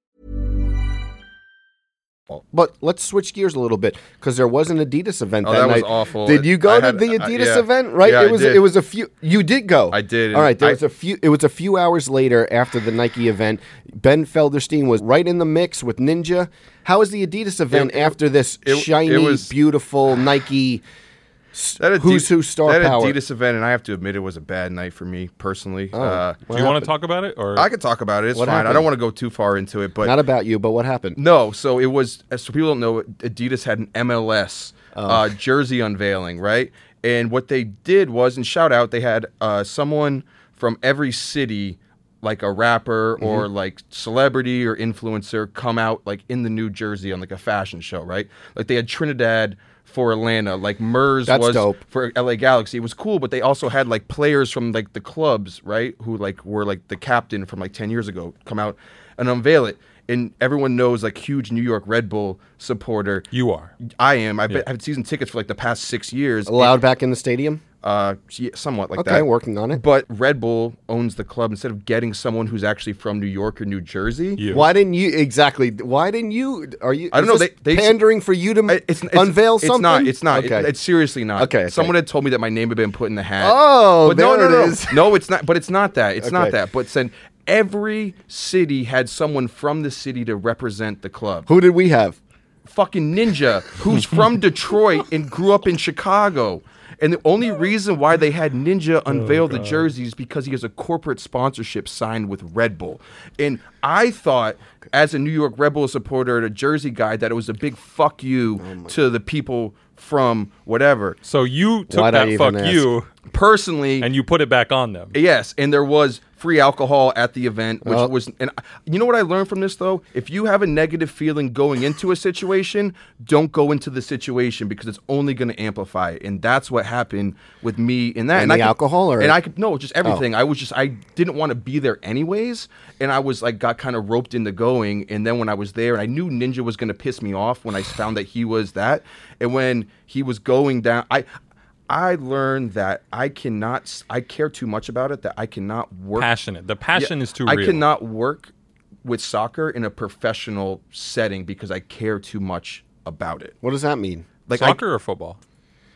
S1: But let's switch gears a little bit because there was an Adidas event
S3: Oh,
S1: that,
S3: that was
S1: night.
S3: awful.
S1: Did you go
S3: I
S1: to
S3: had-
S1: the
S3: I-
S1: Adidas
S3: yeah.
S1: event? Right.
S3: Yeah,
S1: it
S3: I
S1: was.
S3: did.
S1: It was a few. You did go.
S3: I did,
S1: All right. There
S3: and
S1: was
S3: I-
S1: a few. It was a few hours later after the Nike event. Ben Felderstein was right in the mix with Ninja. How is the Adidas event after this
S3: it- it
S1: shiny,
S3: was-
S1: beautiful Nike?
S3: That
S1: Who's who star
S3: that
S1: power.
S3: Adidas event, and I have to admit, it was a bad night for me personally.
S1: Oh,
S3: uh,
S2: Do you want to talk about it, or
S3: I could talk about it. It's
S1: What
S3: fine. I
S1: happened?
S3: don't want to go too far into it, but
S1: Not about you, but what happened?
S3: No, so it was. So people don't know. Adidas had an MLS
S1: Oh.
S3: uh, jersey unveiling, right? And what they did was, and shout out, they had uh, someone from every city, like a rapper
S1: Mm-hmm.
S3: or like celebrity or influencer, come out like in the new jersey on like a fashion show, right? Like they had Trinidad for Atlanta, like Murs
S1: That's
S3: was
S1: dope.
S3: for LA Galaxy. It was cool, but they also had like players from like the clubs, right? Who like were like the captain from like 10 years ago come out and unveil it. And everyone knows like huge New York Red Bull supporter.
S2: you are?
S3: I am. I've, been, I've had season tickets for like the past six years.
S1: Allowed back in the stadium.
S3: Uh, yeah, somewhat like
S1: Okay,
S3: that.
S1: working on it.
S3: But Red Bull owns the club. Instead of getting someone who's actually from New York or New Jersey,
S2: You.
S1: Why didn't you exactly? Why didn't you? Are you?
S3: I don't
S1: is
S3: know,
S1: this
S3: they- they-
S1: pandering for you to
S3: I- it's, it's-
S1: unveil
S3: it's
S1: something.
S3: not. It's not. It-
S1: Okay.
S3: it's seriously not.
S1: Okay, okay.
S3: Someone had told me that my name had been put in the hat.
S1: Oh,
S3: but no,
S1: there it
S3: no, no,
S1: is.
S3: no. It's not. But it's not that. It's
S1: Okay.
S3: not that. But then every city had someone from the city to represent the club.
S1: Who did we have?
S3: Fucking Ninja, who's from Detroit and grew up in Chicago. And the only reason why they had Ninja unveil the jerseys is because he has a corporate sponsorship signed with Red Bull. And I thought, as a New York Red Bull supporter and a Jersey guy, that it was a big fuck you to the people from whatever.
S2: So you took
S1: Why'd I
S2: that
S1: even
S2: fuck
S1: ask?
S2: you
S3: Personally,
S2: and you put it back on them.
S3: Yes, and there was free alcohol at the event, which
S1: Well-
S3: was and I- you know what I learned from this though? If you have a negative feeling going into a situation, don't go into the situation because it's only going to amplify it. And that's what happened with me in that.
S1: And the
S3: I could-
S1: alcohol, or-
S3: and I could no, just everything. I was just I didn't want to be there anyways, and I was like got kind of roped into going. And then when I was there, and I knew Ninja was going to piss me off when I found that he was that, and when he was going down, I. I learned that I cannot. s- I care too much about it that I cannot work.
S2: Passionate. The passion
S3: Yeah,
S2: is too
S3: I
S2: real.
S3: cannot work with soccer in a professional setting because I care too much about it.
S1: What does that mean?
S3: Like I-
S2: Soccer or football?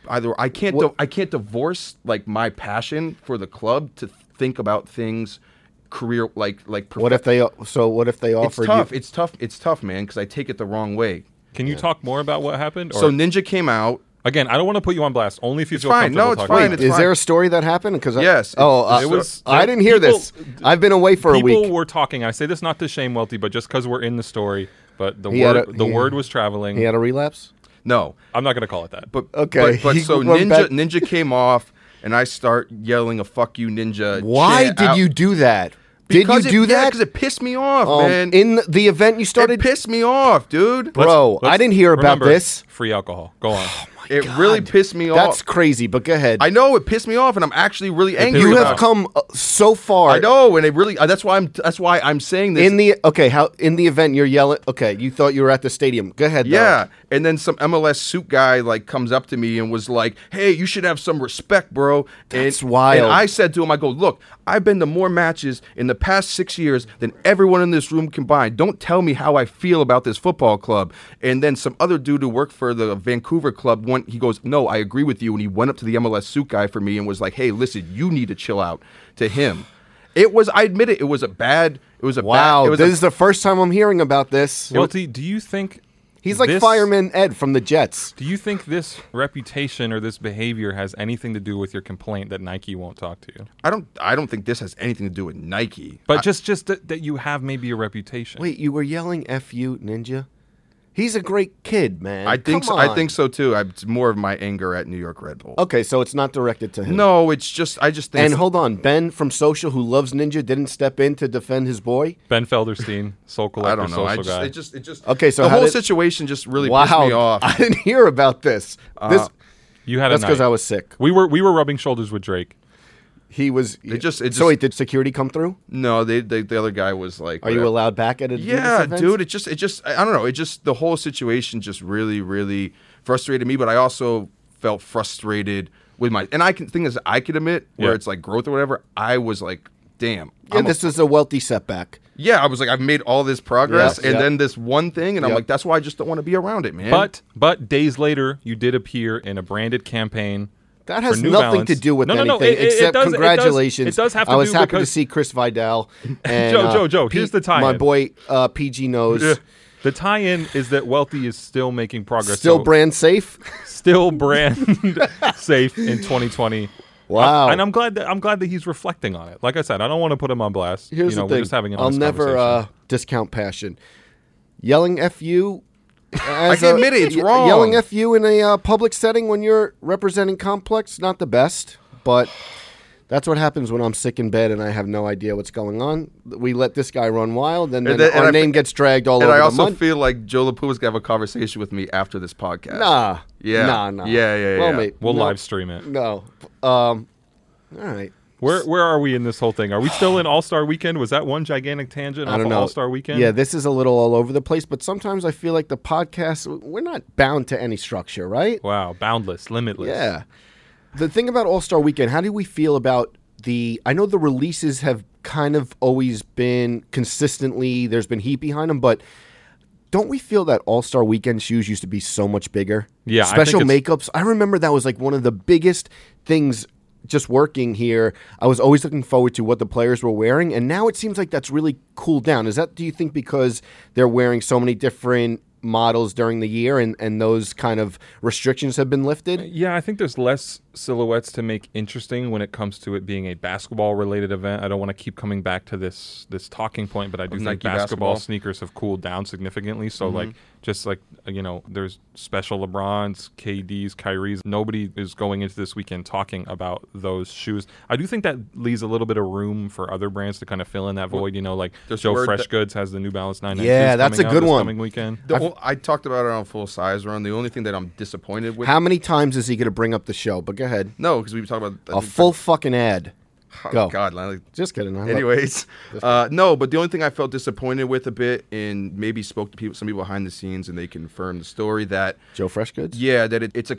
S3: either I can't. di- I can't divorce like my passion for the club to think about things, career like like.
S1: What if they? So what if they
S3: It's
S1: offered
S3: tough.
S1: you?
S3: It's tough. It's tough, man. Because I take it the wrong way.
S2: Can you talk more about what happened? Or,
S3: So Ninja came out.
S2: again, I don't want to put you on blast. Only if you feel
S3: fine.
S2: comfortable
S3: No, it's
S2: talking
S3: fine.
S2: about
S3: It's
S2: it.
S1: Is there a story that happened? Because
S3: Yes,
S1: I, oh,
S3: it
S1: I,
S3: was-
S1: I didn't hear this.
S2: people-
S1: I've been away for a
S2: people
S1: week.
S2: were talking. I say this not to shame Welty, but just because we're in the story. But the
S1: He had
S2: word
S1: a-
S2: the
S1: he-
S2: word was traveling.
S1: He had a relapse.
S3: No,
S2: I'm not going to call it that.
S3: but
S1: Okay, (laughs)
S3: But, but
S1: he
S3: so
S1: went
S3: Ninja
S1: back-
S3: Ninja came off, and I start yelling a "fuck you, Ninja."
S1: Why
S3: chant
S1: did
S3: out-
S1: you do that?
S3: Because
S1: did
S3: it-
S1: you do
S3: yeah,
S1: that?
S3: Because it pissed me off,
S1: Um,
S3: man.
S1: In the event you
S3: It
S1: started, Oh
S3: pissed me off, dude.
S1: bro. I didn't hear about
S2: Remember,
S1: this. Oh
S2: Free alcohol. Go
S1: (sighs)
S2: on.
S3: It really pissed me
S1: That's
S3: off.
S1: crazy. But go ahead.
S3: I know it pissed me off, and I'm actually really angry.
S1: you
S3: about
S1: have
S3: it.
S1: come uh, so far.
S3: I know, and it really. Uh, that's why I'm. That's why I'm saying this.
S1: In the okay, how in the event you're yelling? Okay, you thought you were at the stadium. Go ahead. though.
S3: yeah, and then some MLS suit guy like comes up to me and was like, "Hey, you should have some respect, bro."
S1: That's
S3: and,
S1: wild.
S3: And I said to him, "I go, look, I've been to more matches in the past six years than everyone in this room combined. Don't tell me how I feel about this football club." And then some other dude who worked for the Vancouver club, one he goes, "No, I agree with you." And he went up to the MLS suit guy for me and was like, "Hey, listen, you need to chill out." To him, it was. I admit it. It was a bad. It was a bad-
S1: Wow,
S3: it was
S1: this
S3: a
S1: is the first time I'm hearing about this.
S2: Welty, do you think
S1: He's like
S2: This-
S1: Fireman Ed from the Jets.
S2: Do you think this reputation or this behavior has anything to do with your complaint that Nike won't talk to you?
S3: I don't. I don't think this has anything to do with Nike.
S2: But
S3: I-
S2: just just that, that you have maybe a reputation.
S1: Wait, you were yelling "F you, Ninja." He's a great kid, man.
S3: I
S1: Come
S3: think. So, I
S1: on.
S3: think so too. I, it's more of my anger at New York Red Bull.
S1: Okay, so it's not directed to him.
S3: No, it's just. I just think.
S1: And
S3: it's-
S1: hold on, Ben from Social, who loves Ninja, didn't step in to defend his boy.
S2: Ben Felderstein, soul collector,
S3: I don't know.
S2: social
S3: I just,
S2: guy.
S3: it just. It just.
S1: Okay, so
S3: the
S1: how
S3: whole
S1: did-
S3: situation just really
S1: wow,
S3: pissed me off.
S1: I didn't hear about this. This
S2: Uh, you had a
S1: that's because
S2: night.
S1: I was sick.
S2: we were we were rubbing shoulders with Drake.
S1: He was.
S3: It just. It just.
S1: so wait, did security come through?
S3: no, they, they. The other guy was like.
S1: Are you
S3: whatever.
S1: allowed back at a
S3: Yeah,
S1: event?
S3: dude. It just, it just, I I don't know. It just, the whole situation just really, really frustrated me. But I also felt frustrated with my, and I can, thing is, I can admit where
S2: Yeah.
S3: it's like growth or whatever. I was like, damn.
S1: Yeah,
S3: I'm a-
S1: this is a wealthy setback.
S3: yeah, I was like, I've made all this progress,
S1: Yes,
S3: and
S1: yeah.
S3: then this one thing, and I'm
S1: Yep.
S3: like, that's why I just don't want to be around it, man.
S2: But but days later, you did appear in a branded campaign.
S1: That
S2: for
S1: has
S2: New
S1: nothing
S2: Balance.
S1: to do with
S2: no, no,
S1: anything
S2: no, it- it- it
S1: except
S2: does- it does-
S1: congratulations.
S2: It does, have to
S1: I was
S2: do
S1: happy
S2: because
S1: to see Chris Vidal and
S2: Joe,
S1: uh,
S2: Joe, Joe, here's the tie-in.
S1: My boy uh, PG knows
S2: (laughs) the tie-in is that Wealthy is still making progress.
S1: still
S2: so
S1: brand safe.
S2: still brand (laughs) safe in 2020.
S1: Wow.
S2: I- and I'm glad that I'm glad that he's reflecting on it. Like I said, I don't want to put him on blast.
S1: Here's
S2: you know,
S1: the thing.
S2: we're just having an
S1: I'll
S2: honest
S1: never
S2: conversation.
S1: uh, discount passion. Yelling "f
S3: (laughs)
S1: you." as
S3: can admit it, it's
S1: y-
S3: wrong.
S1: Yelling "f you" in a uh, public setting when you're representing complex, not the best, but that's what happens when I'm sick in bed and I have no idea what's going on. We let this guy run wild, and then
S3: then- and
S1: our
S3: I
S1: name
S3: fe-
S1: gets dragged all
S3: and
S1: over
S3: I
S1: the
S3: also
S1: mud.
S3: feel like Joe LaPoo is gonna have a conversation with me after this podcast.
S1: Nah.
S3: Yeah.
S1: Nah, nah.
S3: Yeah, yeah,
S1: Well,
S3: yeah.
S1: mate,
S2: we'll
S1: no,
S2: live stream it.
S1: No. Um, all right.
S2: Where where are we in this whole thing? Are we
S1: (sighs)
S2: still in All Star Weekend? Was that one gigantic tangent
S1: I
S2: off
S1: don't
S2: of
S1: know.
S2: All Star Weekend?
S1: Yeah, this is a little all over the place, but sometimes I feel like the podcast, we're not bound to any structure, right?
S2: wow, boundless, limitless.
S1: Yeah. The thing about All Star Weekend, how do we feel about the? I know the releases have kind of always been consistently. There's been heat behind them, but don't we feel that All Star Weekend shoes used to be so much bigger?
S2: Yeah, I think
S1: Special
S2: it's-
S1: makeups. I remember that was like one of the biggest things. Just working here, I was always looking forward to what the players were wearing, and now it seems like that's really cooled down. Is that do you think because they're wearing so many different models during the year, and and those kind of restrictions have been lifted?
S2: Yeah, I think there's less silhouettes to make interesting when it comes to it being a basketball related event. I don't want to keep coming back to this this talking point, but I do think
S3: Nike
S2: basketball,
S3: basketball. Mm-hmm.
S2: sneakers have cooled down significantly. So like just like uh, you know, there's special LeBrons, KDs, Kyries. Nobody is going into this weekend talking about those shoes. I do think that leaves a little bit of room for other brands to kind of fill in that void, you know, like
S3: there's
S2: Joe
S3: word
S2: Fresh
S3: that-
S2: Goods has the New Balance 992s
S1: Yeah, that's
S2: coming
S1: a
S2: out
S1: good
S2: this
S1: one.
S2: coming weekend.
S3: The whole- I talked about it on full size run. The only thing that I'm disappointed with.
S1: How many times is he going to bring up the show? But go ahead.
S3: no, because we were talking about
S1: A full fucking ad.
S3: Oh,
S1: Go.
S3: God, like,
S1: Just kidding. I love-
S3: Anyways, uh, no, but the only thing I felt disappointed with a bit, and maybe spoke to people, some people behind the scenes, and they confirmed the story that
S1: Joe Fresh Goods?
S3: yeah, that it, it's a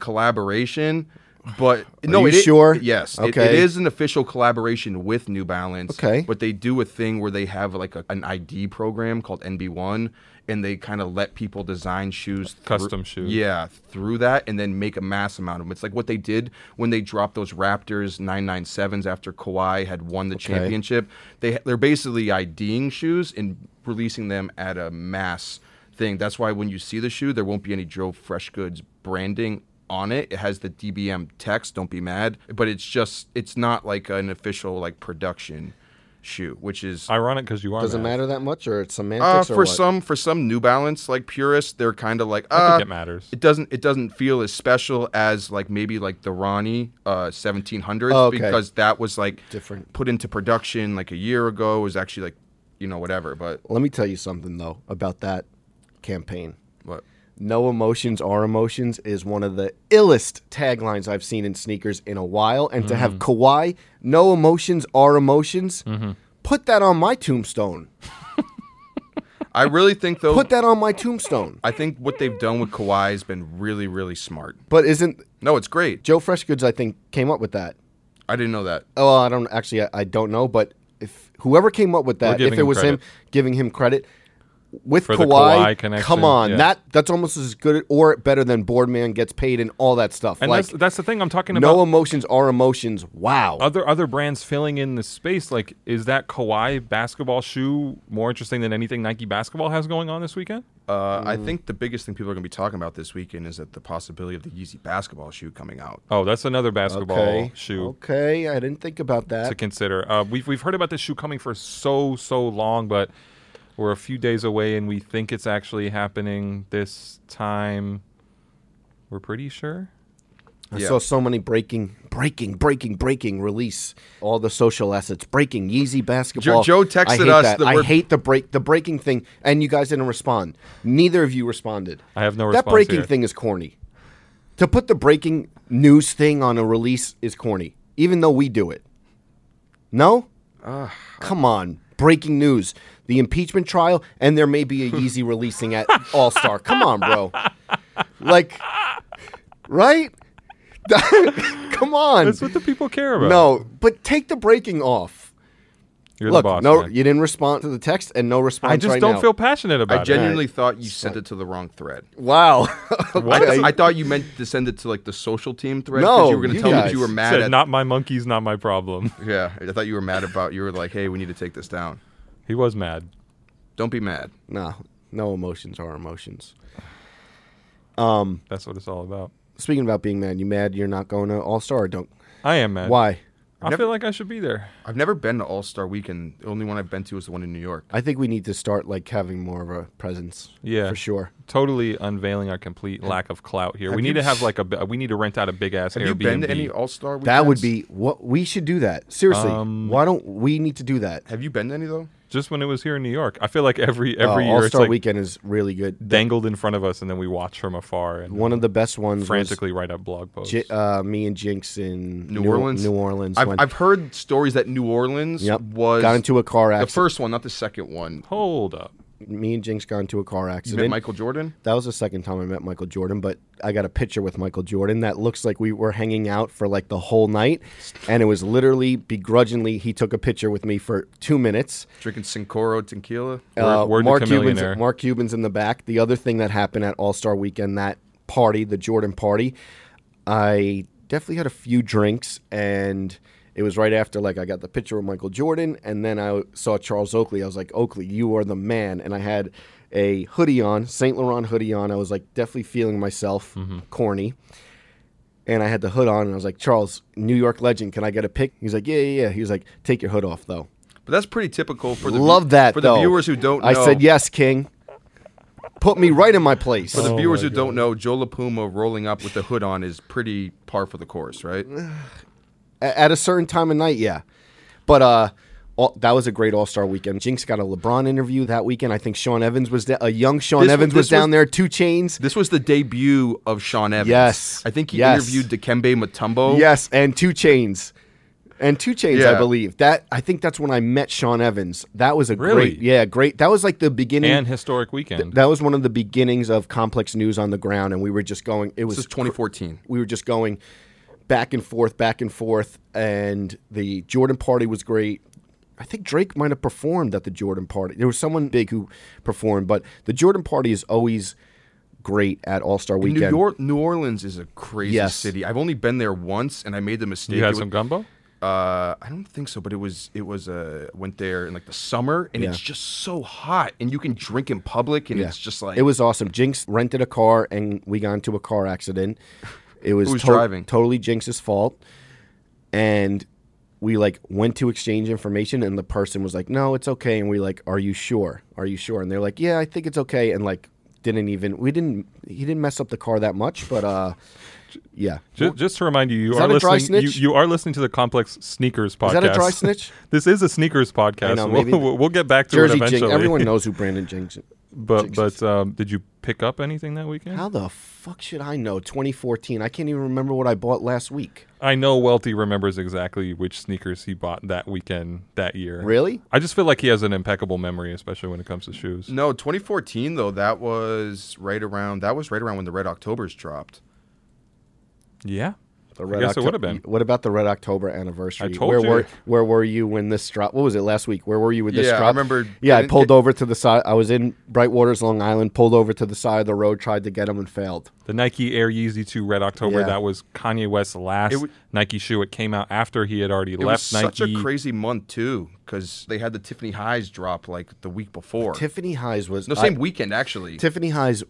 S3: collaboration.
S1: (sighs)
S3: But no,
S1: you
S3: it i-
S1: sure?
S3: yes, it- it
S1: Okay.
S3: is an official collaboration with New Balance.
S1: Okay.
S3: but they do a thing where they have like a, an ID program called NB1, and they kind of let people design shoes, through-
S2: Custom shoes.
S3: yeah, through that, and then make a mass amount of them. It's like what they did when they dropped those Raptors 997s after Kawhi had won the championship. They they're basically IDing shoes and releasing them at a mass thing. That's why when you see the shoe, there won't be any Joe Fresh Goods branding on it. It has the DBM text. Don't be mad, but it's just it's not like an official like production shoe, which is
S2: Ironic because you are
S1: Does it
S2: mad.
S1: matter that much or it's
S3: uh,
S1: semantics or
S3: for
S1: what?
S3: some for some New Balance like purists, they're kind of like
S2: I
S3: uh,
S2: think it matters.
S3: It doesn't it doesn't feel as special as like maybe like the Ronnie uh, 1700s
S1: Oh, okay.
S3: because that was like
S1: Different.
S3: put into production like a year ago. It was actually like you know whatever, but
S1: Let me tell you something, though, about that campaign.
S3: what
S1: No emotions are emotions is one of the illest taglines I've seen in sneakers in a while. And to have
S3: Mm-hmm.
S1: Kawhi, no emotions are emotions, put that on my tombstone.
S3: I really think though
S1: Put that on my tombstone.
S3: I think what they've done with Kawhi has been really really smart.
S1: But isn't
S3: No, it's great.
S1: Joe Fresh Goods, I think, came up with that.
S3: I didn't know that.
S1: Oh, well, I don't actually. I, I don't know, but if whoever came up with that,
S2: giving
S1: if it
S2: him
S1: was him
S2: credit.
S1: giving him credit, with
S2: For the
S1: Kawhi,
S2: Kawhi connection,
S1: come on,
S2: yeah.
S1: that that's almost as good or better than Boardman gets paid and all that stuff.
S2: And
S1: like
S2: that's, that's the thing I'm talking about.
S1: no emotions are emotions. Wow.
S2: Other other brands filling in the space, like is that Kawhi basketball shoe more interesting than anything Nike basketball has going on this weekend?
S3: Uh,
S1: Mm.
S3: I think the biggest thing people are going to be talking about this weekend is that the possibility of the Yeezy basketball shoe coming out.
S2: Oh, that's another basketball
S3: Okay.
S2: shoe.
S1: Okay, I didn't think about that.
S2: to consider. Uh, we've we've heard about this shoe coming for so so long, but we're a few days away, and we think it's actually happening this time. We're pretty sure.
S1: I
S2: Yeah.
S1: saw so many breaking, breaking, breaking, breaking release all the social assets. Breaking Yeezy basketball.
S3: Joe
S1: I
S3: texted
S1: hate
S3: us
S1: That.
S3: the
S1: I
S3: word-
S1: hate the break, the breaking thing, and you guys didn't respond. Neither of you responded.
S2: I have no
S1: That
S2: response
S1: breaking
S2: here.
S1: thing is corny. To put the breaking news thing on a release is corny, even though we do it. No, come on. Breaking news: the impeachment trial, and there may be
S2: (laughs)
S1: a Yeezy releasing at All Star. Come on, bro. Like, right? (laughs) Come on.
S2: That's what the people care about.
S1: No, but take the breaking off.
S2: You're
S1: Look,
S2: the boss.
S1: no,
S2: man.
S1: you didn't respond to the text, and no response.
S2: I just
S1: right
S2: don't
S1: now.
S2: feel passionate about
S3: I
S2: it.
S3: genuinely thought you sent it to the wrong thread.
S1: Wow. (laughs)
S3: I,
S1: Okay.
S3: I thought you meant to send it to like the social team thread
S1: No,
S3: you were going
S1: you
S3: to tell me that
S1: guys.
S3: you were mad
S2: Said,
S3: at.
S2: not my monkeys, not my problem. (laughs)
S3: yeah, I thought you were mad about. You were like, "Hey, we need to take this down."
S2: He was mad.
S3: Don't be mad.
S1: no, no emotions are emotions.
S2: That's what it's all about.
S1: Speaking about being mad, you mad you're not going to All Star? Don't.
S2: I am mad.
S1: Why?
S2: I feel like I should be there.
S3: I've never been to All Star Weekend. The only one I've been to is the one in New York.
S1: I think we need to start like having more of a presence.
S2: Yeah.
S1: for sure.
S2: Totally unveiling our complete lack of clout here.
S3: Have
S2: we need
S3: you-
S2: to have like a. bi- We need to rent out a big ass
S3: Have
S2: Airbnb.
S3: you been to any All Star?
S1: That would be what we should do. That seriously.
S3: Um,
S1: why don't we need to do that?
S3: Have you been to any though?
S2: Just when it was here in New York, I feel like every every
S1: Uh,
S2: year
S1: All
S2: it's
S1: Star
S2: like
S1: Weekend is really good.
S2: dangled in front of us, and then we watch from afar and
S1: One of the best ones. was
S2: frantically write up blog posts.
S1: J- uh, me and Jinx in
S3: New Orleans.
S1: New Orleans.
S3: I've,
S1: went-
S3: I've heard stories that New Orleans
S1: Yep.
S3: was
S1: got into a car
S3: the
S1: accident.
S3: first one, not the second one.
S2: Hold up,
S1: me and Jinx got into a car
S3: You
S1: accident.
S3: met Michael Jordan.
S1: that was the second time I met Michael Jordan, but I got a picture with Michael Jordan that looks like we were hanging out for like the whole night, and it was literally begrudgingly he took a picture with me for two minutes.
S3: drinking Sincoro tequila.
S1: Uh,
S2: Word- word to
S1: Mark Cuban's
S2: Chameleonaire.
S1: Mark Cuban's in the back. The other thing that happened at All Star Weekend that party, the Jordan party, I definitely had a few drinks and. It was right after, like, I got the picture with Michael Jordan, and then I saw Charles Oakley. I was like, Oakley, you are the man. And I had a hoodie on, St. Laurent hoodie on. I was, like, definitely feeling myself
S2: Mm-hmm.
S1: corny and I had the hood on, and I was like, Charles, New York legend, can I get a pic? He's like, yeah, yeah, yeah. He was like, take your hood off, though.
S3: But that's pretty typical for the
S1: Love that,
S3: for
S1: though.
S3: the viewers who don't. know,
S1: I said, yes, King. Put me right in Oh my place.
S3: For the viewers who don't know, Joe LaPuma rolling up with the hood on is pretty par for the course, right?
S1: A- At a certain time of night, yeah. But uh, all, that was a great All Star weekend. Jinx got a LeBron interview that weekend. I think Sean Evans was da- a young Sean
S3: This-
S1: Evans was,
S3: this was-
S1: down there, two chains.
S3: This was the debut of Sean Evans.
S1: Yes.
S3: I think he
S1: Yes.
S3: interviewed Dikembe Mutombo.
S1: Yes, and two chains. And two chains, I
S3: Yeah.
S1: believe. That I think that's when I met Sean Evans. That was a
S2: Really?
S1: great, yeah, great. That was like the beginning.
S2: and historic weekend.
S1: that was one of the beginnings of complex news on the ground and we were just going it
S3: This
S1: was
S3: is 2014.
S1: we were just going back and forth back and forth and the jordan party was great i think drake might have performed at the jordan party there was someone big who performed but the jordan party is always great at all-star weekend
S3: New York, New Orleans is a crazy
S1: Yes.
S3: city. I've only been there once, and I made the mistake.
S2: you
S3: It
S2: had
S3: was-
S2: some gumbo.
S3: Uh, I don't think so, but it was it was uh went there in like the summer, and it's just so hot, and you can drink in public, and
S1: Yeah.
S3: it's just like
S1: it was awesome. Jinx rented a car, and we got into a car accident.
S2: (laughs)
S1: It was,
S3: Who was
S1: to-
S3: driving?
S1: totally Jinx's fault, and we like went to exchange information, and the person was like, "No, it's okay," and we like, "Are you sure? Are you sure?" And they're like, "Yeah, I think it's okay," and like didn't even we didn't he didn't mess up the car that much, but uh, yeah.
S2: Ju- just to remind you, you
S1: Is
S2: are
S1: that a dry
S2: listening. You,
S1: snitch?
S2: you are listening to the Complex Sneakers podcast.
S1: Is that a dry snitch?
S2: (laughs) this is a sneakers podcast. (laughs)
S1: I know,
S2: and
S1: maybe
S2: we'll, we'll- we'll get back to it
S1: Jersey
S2: eventually. (laughs)
S1: Jinx. Everyone knows who Brandon Jinx. is.
S2: but but um, did you pick up anything that weekend?
S1: How the fuck should I know? 2014. I can't even remember what I bought last week.
S2: I know Welty remembers exactly which sneakers he bought that weekend that year.
S1: Really?
S2: I just feel like he has an impeccable memory, especially when it comes to shoes.
S3: no 2014 though. That was right around that was right around when the Red October's dropped.
S2: Yeah.
S1: The
S2: guess it
S1: Octo-
S2: would've been.
S1: What about the Red October anniversary?
S2: I told
S1: where
S2: you.
S1: were where were you when this drop? What was it last week? Where were you when this
S3: Yeah, I
S1: drop?
S3: remember-
S1: Yeah,
S3: I
S1: I
S3: didn't
S1: pulled
S3: get-
S1: over to the side. I was in Brightwaters, Long Island. Pulled over to the side of the road, tried to get them, and failed.
S2: The Nike Air Yeezy 2 Red October,
S1: Yeah.
S2: that was Kanye West's last
S3: It w-
S2: Nike shoe. It came out after he had already
S3: It
S2: left
S3: was such
S2: Nike.
S3: a crazy month too, because they had the Tiffany Highs drop like the week before.
S1: Tiffany Highs was
S3: no
S1: I-
S3: same weekend actually.
S1: Tiffany Highs.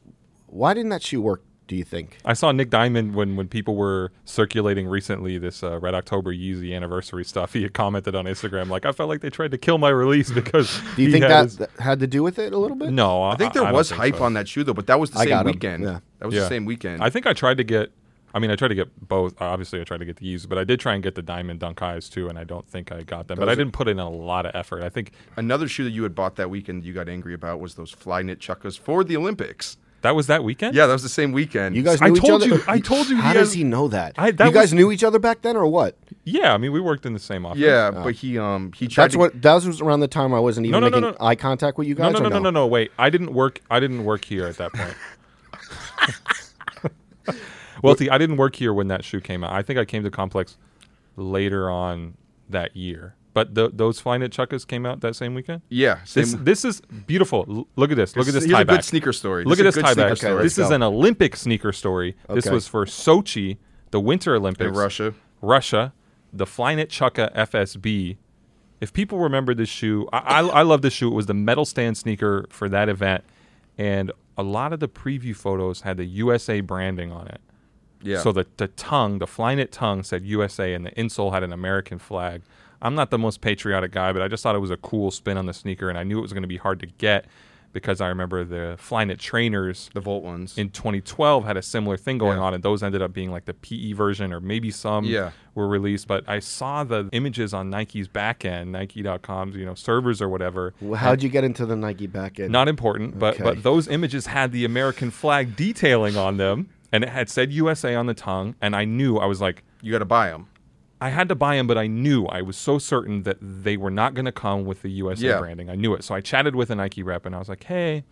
S1: Why didn't that shoe work? Do you think?
S2: I saw Nick Diamond when, when people were circulating recently this uh, Red October Yeezy anniversary stuff. He had commented on Instagram like, "I felt like they tried to kill my release because."
S1: Do you
S2: he
S1: think
S2: had
S1: that,
S2: his-
S1: that had to do with it a little bit?
S2: No,
S3: I think there
S2: don't
S3: was
S2: think
S3: hype
S2: so.
S3: on that shoe though, but that was the
S1: I
S3: same
S1: got 'em,
S3: weekend.
S1: yeah.
S3: That was
S2: Yeah.
S3: the same weekend.
S2: I think I tried to get. I mean, I tried to get both. uh, Obviously, I tried to get the Yeezys, but I did try and get the Diamond Dunk Highs too, and I don't think I got them. but
S3: Those
S2: I
S3: are-
S2: didn't put in a lot of effort. I think
S3: Another shoe that you had bought that weekend you got angry about was those fly knit chukkas for
S2: (laughs)
S3: the Olympics.
S2: that was that weekend.
S3: Yeah, that was the same weekend.
S1: You guys. Knew
S2: I
S1: each
S2: told
S1: other?
S2: you- I told you
S1: (laughs) How
S2: he
S1: does
S2: has-
S1: he know that?
S2: I- that
S1: you guys
S2: was-
S1: knew each other back then, or what?
S2: Yeah, I mean, we worked in the same office.
S3: (laughs) Yeah, but he um he tried
S1: Oh. That's
S3: to,
S1: what. That was around the time I wasn't even
S2: No, no, no,
S1: making
S2: no.
S1: eye contact with you
S2: No,
S1: guys.
S2: no, no,
S1: or
S2: no, no, no. Wait, I didn't work. I didn't work here at that
S3: (laughs)
S2: point. well, see, I didn't work here when that shoe came out. I think I came to Complex later on that year. But th those Flying at Chukkas came out that same weekend.
S3: Yeah,
S2: This,
S3: same-
S2: this is beautiful. L- look at this. Look at this
S3: Here's
S2: tie
S3: a good
S2: back.
S3: sneaker story.
S2: Look
S3: This
S2: at this
S3: is a good
S2: tie back.
S3: sneaker story.
S2: this
S3: Let's
S2: is
S3: go.
S2: an Olympic sneaker story. This
S1: Okay.
S2: was for Sochi, the Winter Olympics.
S3: Russia.
S2: Russia, the Flyknit Chukka FSB. If people remember this shoe, I, I, I love this shoe. It was the metal stand sneaker for that event, and a lot of the preview photos had the USA branding on it.
S3: Yeah.
S2: So the, the tongue, the Flyknit tongue said USA, and the insole had an American flag. I'm not the most patriotic guy, but I just thought it was a cool spin on the sneaker, and I knew it was going to be hard to get because I remember the Flyknit trainers
S3: the Volt ones.
S2: in 2012 had a similar thing going
S3: Yeah.
S2: on, and those ended up being like the PE version, or maybe some
S3: Yeah.
S2: were released. But I saw the images on Nike's back end, Nike.com's, you know, servers or whatever.
S1: no. How'd you get into the Nike back end?
S2: Not important, but
S1: Okay.
S2: but those images had the American flag detailing on them, and it had said USA on the tongue, and I knew I was like.
S3: you got to buy them.
S2: I had to buy them, but I knew I was so certain that they were not going to come with the USA
S3: Yeah.
S2: branding. I knew it, so I chatted with a Nike rep, and I was like, "Hey,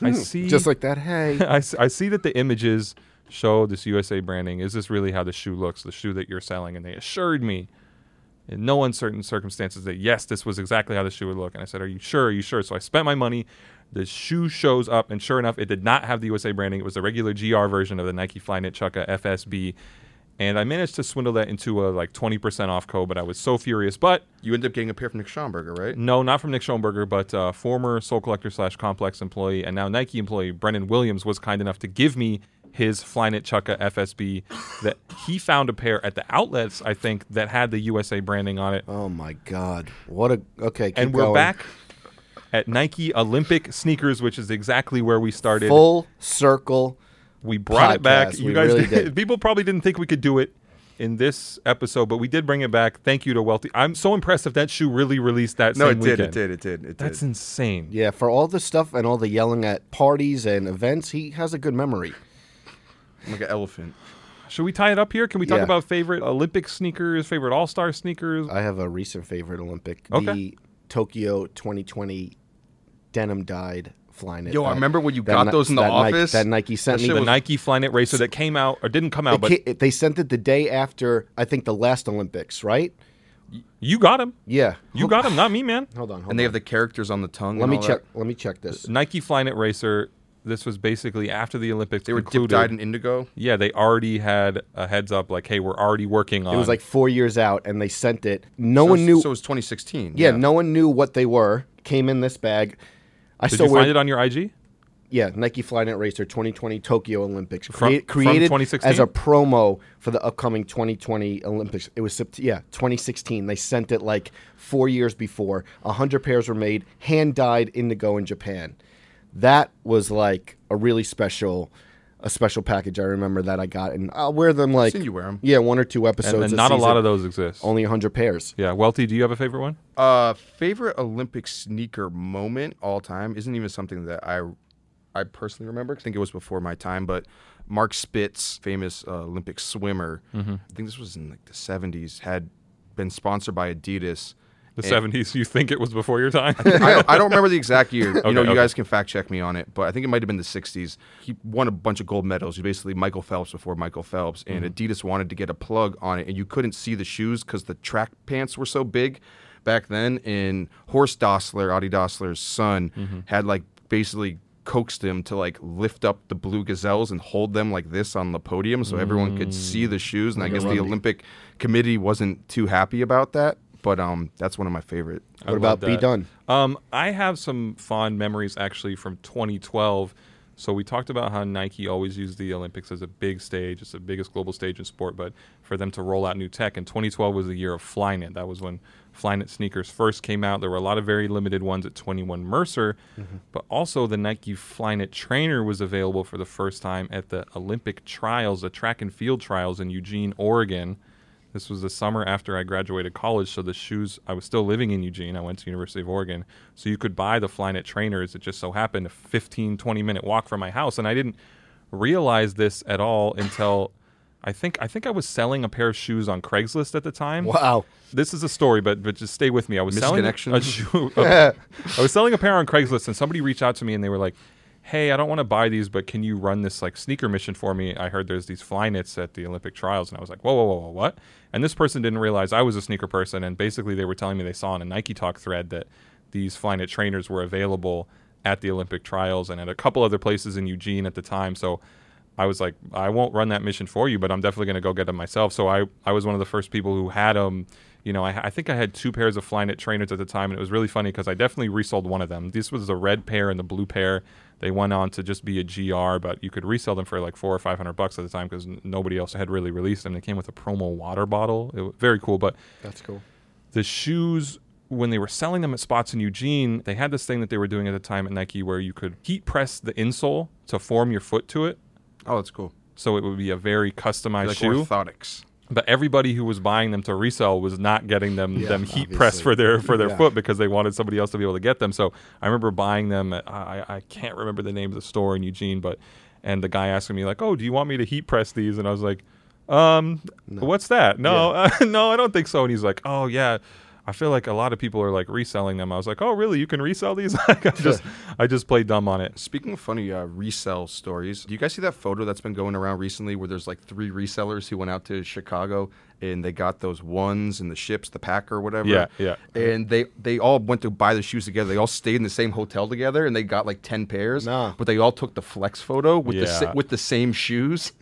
S2: I see
S1: Hmm. Just like that. Hey.
S2: (laughs)
S1: (laughs)
S2: I, s- I see that the images show this USA branding. Is this really how the shoe looks, the shoe that you're selling? And they assured me in no uncertain circumstances that yes, this was exactly how the shoe would look. And I said, Are you sure? Are you sure? So I spent my money. The shoe shows up, and sure enough, it did not have the USA branding. It was the regular GR version of the Nike Flyknit Chukka FSB. And I managed to swindle that into a like 20% off code, but I was so furious. But
S3: You end up getting a pair from Nick Schomburger, right?
S2: no, not from Nick Schoenberger, but uh, former Soul Collector slash Complex employee and now Nike employee Brennan Williams was kind enough to give me his Flyknit Chukka FSB (laughs) that he found a pair at the outlets, I think, that had the USA branding on it.
S1: Oh my God. What a. Okay. keep
S2: and we're
S1: going.
S2: back at Nike Olympic sneakers, which is exactly where we started.
S1: Full circle.
S2: we brought it back.
S1: podcast.
S2: You
S1: We
S2: guys,
S1: really
S2: did- (laughs)
S1: did.
S2: people probably didn't think we could do it in this episode, but we did bring it back. Thank you to Wealthy. I'm so impressed if that shoe really released that.
S3: No,
S2: same
S3: it did,
S2: weekend.
S3: it did. It did. It did.
S2: That's insane.
S1: Yeah, for all the stuff and all the yelling at parties and events, he has a good memory.
S3: like an elephant.
S2: Should we tie it up here? Can we talk
S1: Yeah. Uh,
S2: about favorite Olympic sneakers, favorite All Star sneakers?
S1: I have a recent favorite Olympic.
S2: Okay.
S1: The Tokyo 2020 denim dyed flying it.
S3: Yo, I remember when you got
S1: Ni-
S3: those in the
S1: that Nike-
S3: office?
S1: that Nike sent
S3: That
S1: me.
S3: shit
S2: the
S3: was-
S2: Nike Flyknit Racer that came out or didn't come out,
S1: It
S2: but
S1: ca- it- they sent it the day after, I think, the last Olympics, right?
S2: you got them.
S1: Yeah.
S2: You got them, not me,
S1: (laughs)
S2: man.
S1: Hold on. Hold
S3: And they
S1: on.
S3: have the characters on the tongue.
S1: Let
S3: and
S1: me
S3: all
S1: check.
S3: that.
S1: Let me check this.
S2: Nike Flyknit Racer. This was basically after the Olympics.
S3: They were dip
S2: concluded.
S3: dyed in indigo.
S2: yeah, they already had a heads up, like, hey, we're already working on.
S1: It was like four years out, and they sent it. No
S3: so
S1: one knew.
S3: So it was 2016.
S1: yeah, no one knew what they were. Came in this bag. I
S2: Did
S1: still
S2: you
S1: wear,
S2: find it on your IG?
S1: yeah Nike Flyknit Racer 2020 Tokyo Olympics
S2: From-
S1: Crea-
S2: from
S1: created
S2: 2016?
S1: as a promo for the upcoming 2020 Olympics. It was Sept- yeah 2016. They sent it like four years before. A hundred pairs were made, hand dyed indigo in Japan. That was like a really special. A special package I remember that I got, and I'll wear them like
S3: seen you wear 'em.
S1: Yeah, one or two episodes.
S2: And then
S1: a
S2: not a lot
S1: season.
S2: of those exist.
S1: Only hundred pairs.
S2: Yeah, Welty, do you have a favorite one?
S3: Uh, favorite Olympic sneaker moment all time isn't even something that I, I personally remember. 'cause I think it was before my time, but Mark Spitz, famous uh, Olympic swimmer, I think this was in like the 70s, had been sponsored by Adidas,
S2: The
S1: Eh.
S3: And-
S2: 70s. You think it was before your
S1: (laughs)
S2: time?
S3: I, don't- I don't remember the exact year.
S2: Okay,
S3: you know,
S2: okay.
S3: you guys can fact check me on it, but I think it might have been the 60s. He won a bunch of gold medals. He's basically Michael Phelps before Michael Phelps, and Adidas wanted to get a plug on it, and you couldn't see the shoes because the track pants were so big back then. And Horst Dossler, Adi Dossler's son, had like basically coaxed him to like lift up the blue gazelles and hold them like this on the podium so everyone could see the shoes and i
S1: Like a
S3: guess the
S1: rugby.
S3: olympic committee wasn't too happy about that but um that's one of my favorite
S2: I love that. Um, I have some fond memories actually from 2012. So we talked about how Nike always used the Olympics as a big stage. It's the biggest global stage in sport, but for them to roll out new tech, and 2012 was the year of Flyknit. That was when Flyknit sneakers first came out. There were a lot of very limited ones at 21 Mercer, but also the Nike Flyknit trainer was available for the first time at the Olympic trials, the track and field trials in Eugene, Oregon. This was the summer after I graduated college, so the shoes I was still living in Eugene. I went to University of Oregon, so you could buy the Flyknit trainers. It just so happened a 15, 20 minute walk from my house, and I didn't realize this at all until I think I think I was selling a pair of shoes on Craigslist at the time.
S1: Wow.
S2: this is a story, but but just stay with me. I was selling a
S3: Misconnections. (laughs)
S2: shoe. a- I was selling a pair on Craigslist, and somebody reached out to me, and they were like. Hey, I don't want to buy these, but can you run this like sneaker mission for me? I heard there's these fly knits at the Olympic trials, and I was like, whoa, whoa, whoa, whoa, what? And this person didn't realize I was a sneaker person, and basically they were telling me they saw on a Nike Talk thread that these fly knit trainers were available at the Olympic trials and at a couple other places in Eugene at the time. So I was like, I won't run that mission for you, but I'm definitely going to go get them myself. So I, I was one of the first people who had them. You know, I, I think I had two pairs of Flyknit trainers at the time, and it was really funny because I definitely resold one of them. This was the red pair and the blue pair. They went on to just be a GR, but you could resell them for like four or five hundred bucks at the time because n- nobody else had really released them. They came with a promo water bottle. It was very cool, but
S1: That's cool.
S2: the shoes when they were selling them at spots in Eugene, they had this thing that they were doing at the time at Nike where you could heat press the insole to form your foot to it.
S3: Oh, that's cool.
S2: So it would be a very customized
S3: like
S2: shoe.
S3: orthotics.
S2: But everybody who was buying them to resell was not getting them
S3: Yeah,
S2: them heat press
S3: obviously.
S2: for their for their
S3: Yeah.
S2: foot because they wanted somebody else to be able to get them. So I remember buying them. At, I I can't remember the name of the store in Eugene, but and the guy asking me like, "Oh, do you want me to heat press these?" And I was like, "Um, what's that? No, (laughs) no, I don't think so." And he's like, "Oh yeah." I feel like a lot of people are like reselling them. I was like, "Oh, really? You can resell these?" (laughs) like I
S3: (laughs)
S2: just, I just played dumb on it.
S3: Speaking of funny uh, resell stories, do you guys see that photo that's been going around recently where there's like three resellers who went out to Chicago and they got those ones and the ships, the pack or whatever?
S2: Yeah, yeah.
S3: And they they all went to buy the shoes together. They all stayed in the same hotel together and they got like ten pairs.
S1: Nah.
S3: But they all took the flex photo with the
S2: Yeah.
S3: the with the same shoes,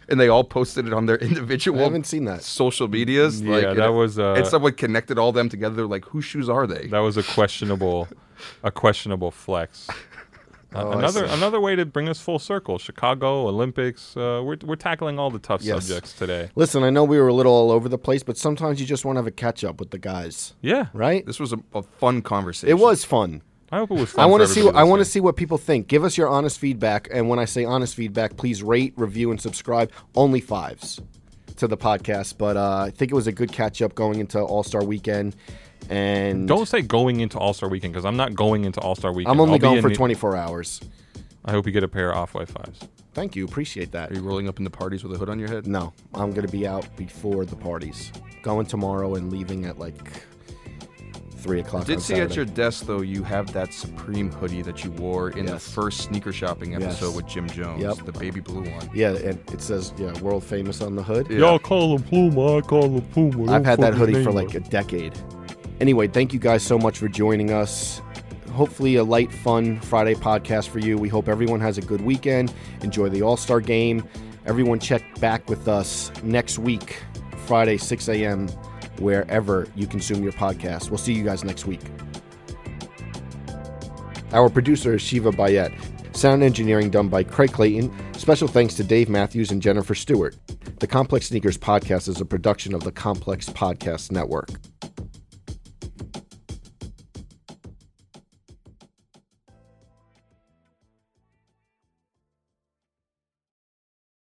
S3: (laughs) and they all posted it on their (laughs) individual.
S1: I haven't seen that.
S3: Social medias.
S2: Yeah, that
S3: and-
S2: was, uh,
S3: and someone connected all them together. They're like, whose shoes are they?
S2: That was a questionable, a questionable flex. Uh,
S1: (laughs) Oh, I
S2: another
S1: see.
S2: another way to bring us full circle. Chicago Olympics. Uh, we're we're tackling all the tough
S1: Yes.
S2: subjects today.
S1: Listen, I know we were a little all over the place, but sometimes you just want to have a catch up with the guys,
S2: Yeah,
S1: right?
S3: This was a, a fun conversation.
S1: It was fun.
S2: I hope it was. Fun
S1: I want
S2: for
S1: to see.
S2: everybody
S1: I want to
S2: listening.
S1: see what people think. Give us your honest feedback, and when I say honest feedback, please rate, review, and subscribe. Only fives to the podcast, but uh, I think it was a good catch up going into All Star Weekend. And
S2: Don't say going into All Star Weekend because I'm not going into All Star Weekend.
S1: I'm only
S2: I'll be
S1: going
S2: in
S1: for
S2: the-
S1: 24 hours.
S2: I hope you get a pair of off white fives.
S1: Thank you, appreciate that.
S3: Are you rolling up into parties with a hood on your head?
S1: No, I'm gonna be out before the parties. Going tomorrow and leaving at like three o'clock.
S3: I did
S1: on
S3: see
S1: Saturday.
S3: at your desk though you have that Supreme hoodie that you wore in
S1: Yes.
S3: the first sneaker shopping
S1: Yes.
S3: episode with Jim Jones,
S1: Yep.
S3: the baby blue one.
S1: Yeah, and it says yeah, world famous on the hood.
S2: Y'all call him Pluma. I call him Puma.
S1: I've had that hoodie for like a decade. Anyway, thank you guys so much for joining us. Hopefully, a light, fun Friday podcast for you. We hope everyone has a good weekend. Enjoy the All Star game. Everyone, check back with us next week, Friday, 6 a.m., wherever you consume your podcast. We'll see you guys next week. Our producer is Shiva Bayet. Sound engineering done by Craig Clayton. Special thanks to Dave Matthews and Jennifer Stewart. The Complex Sneakers Podcast is a production of the Complex Podcast Network.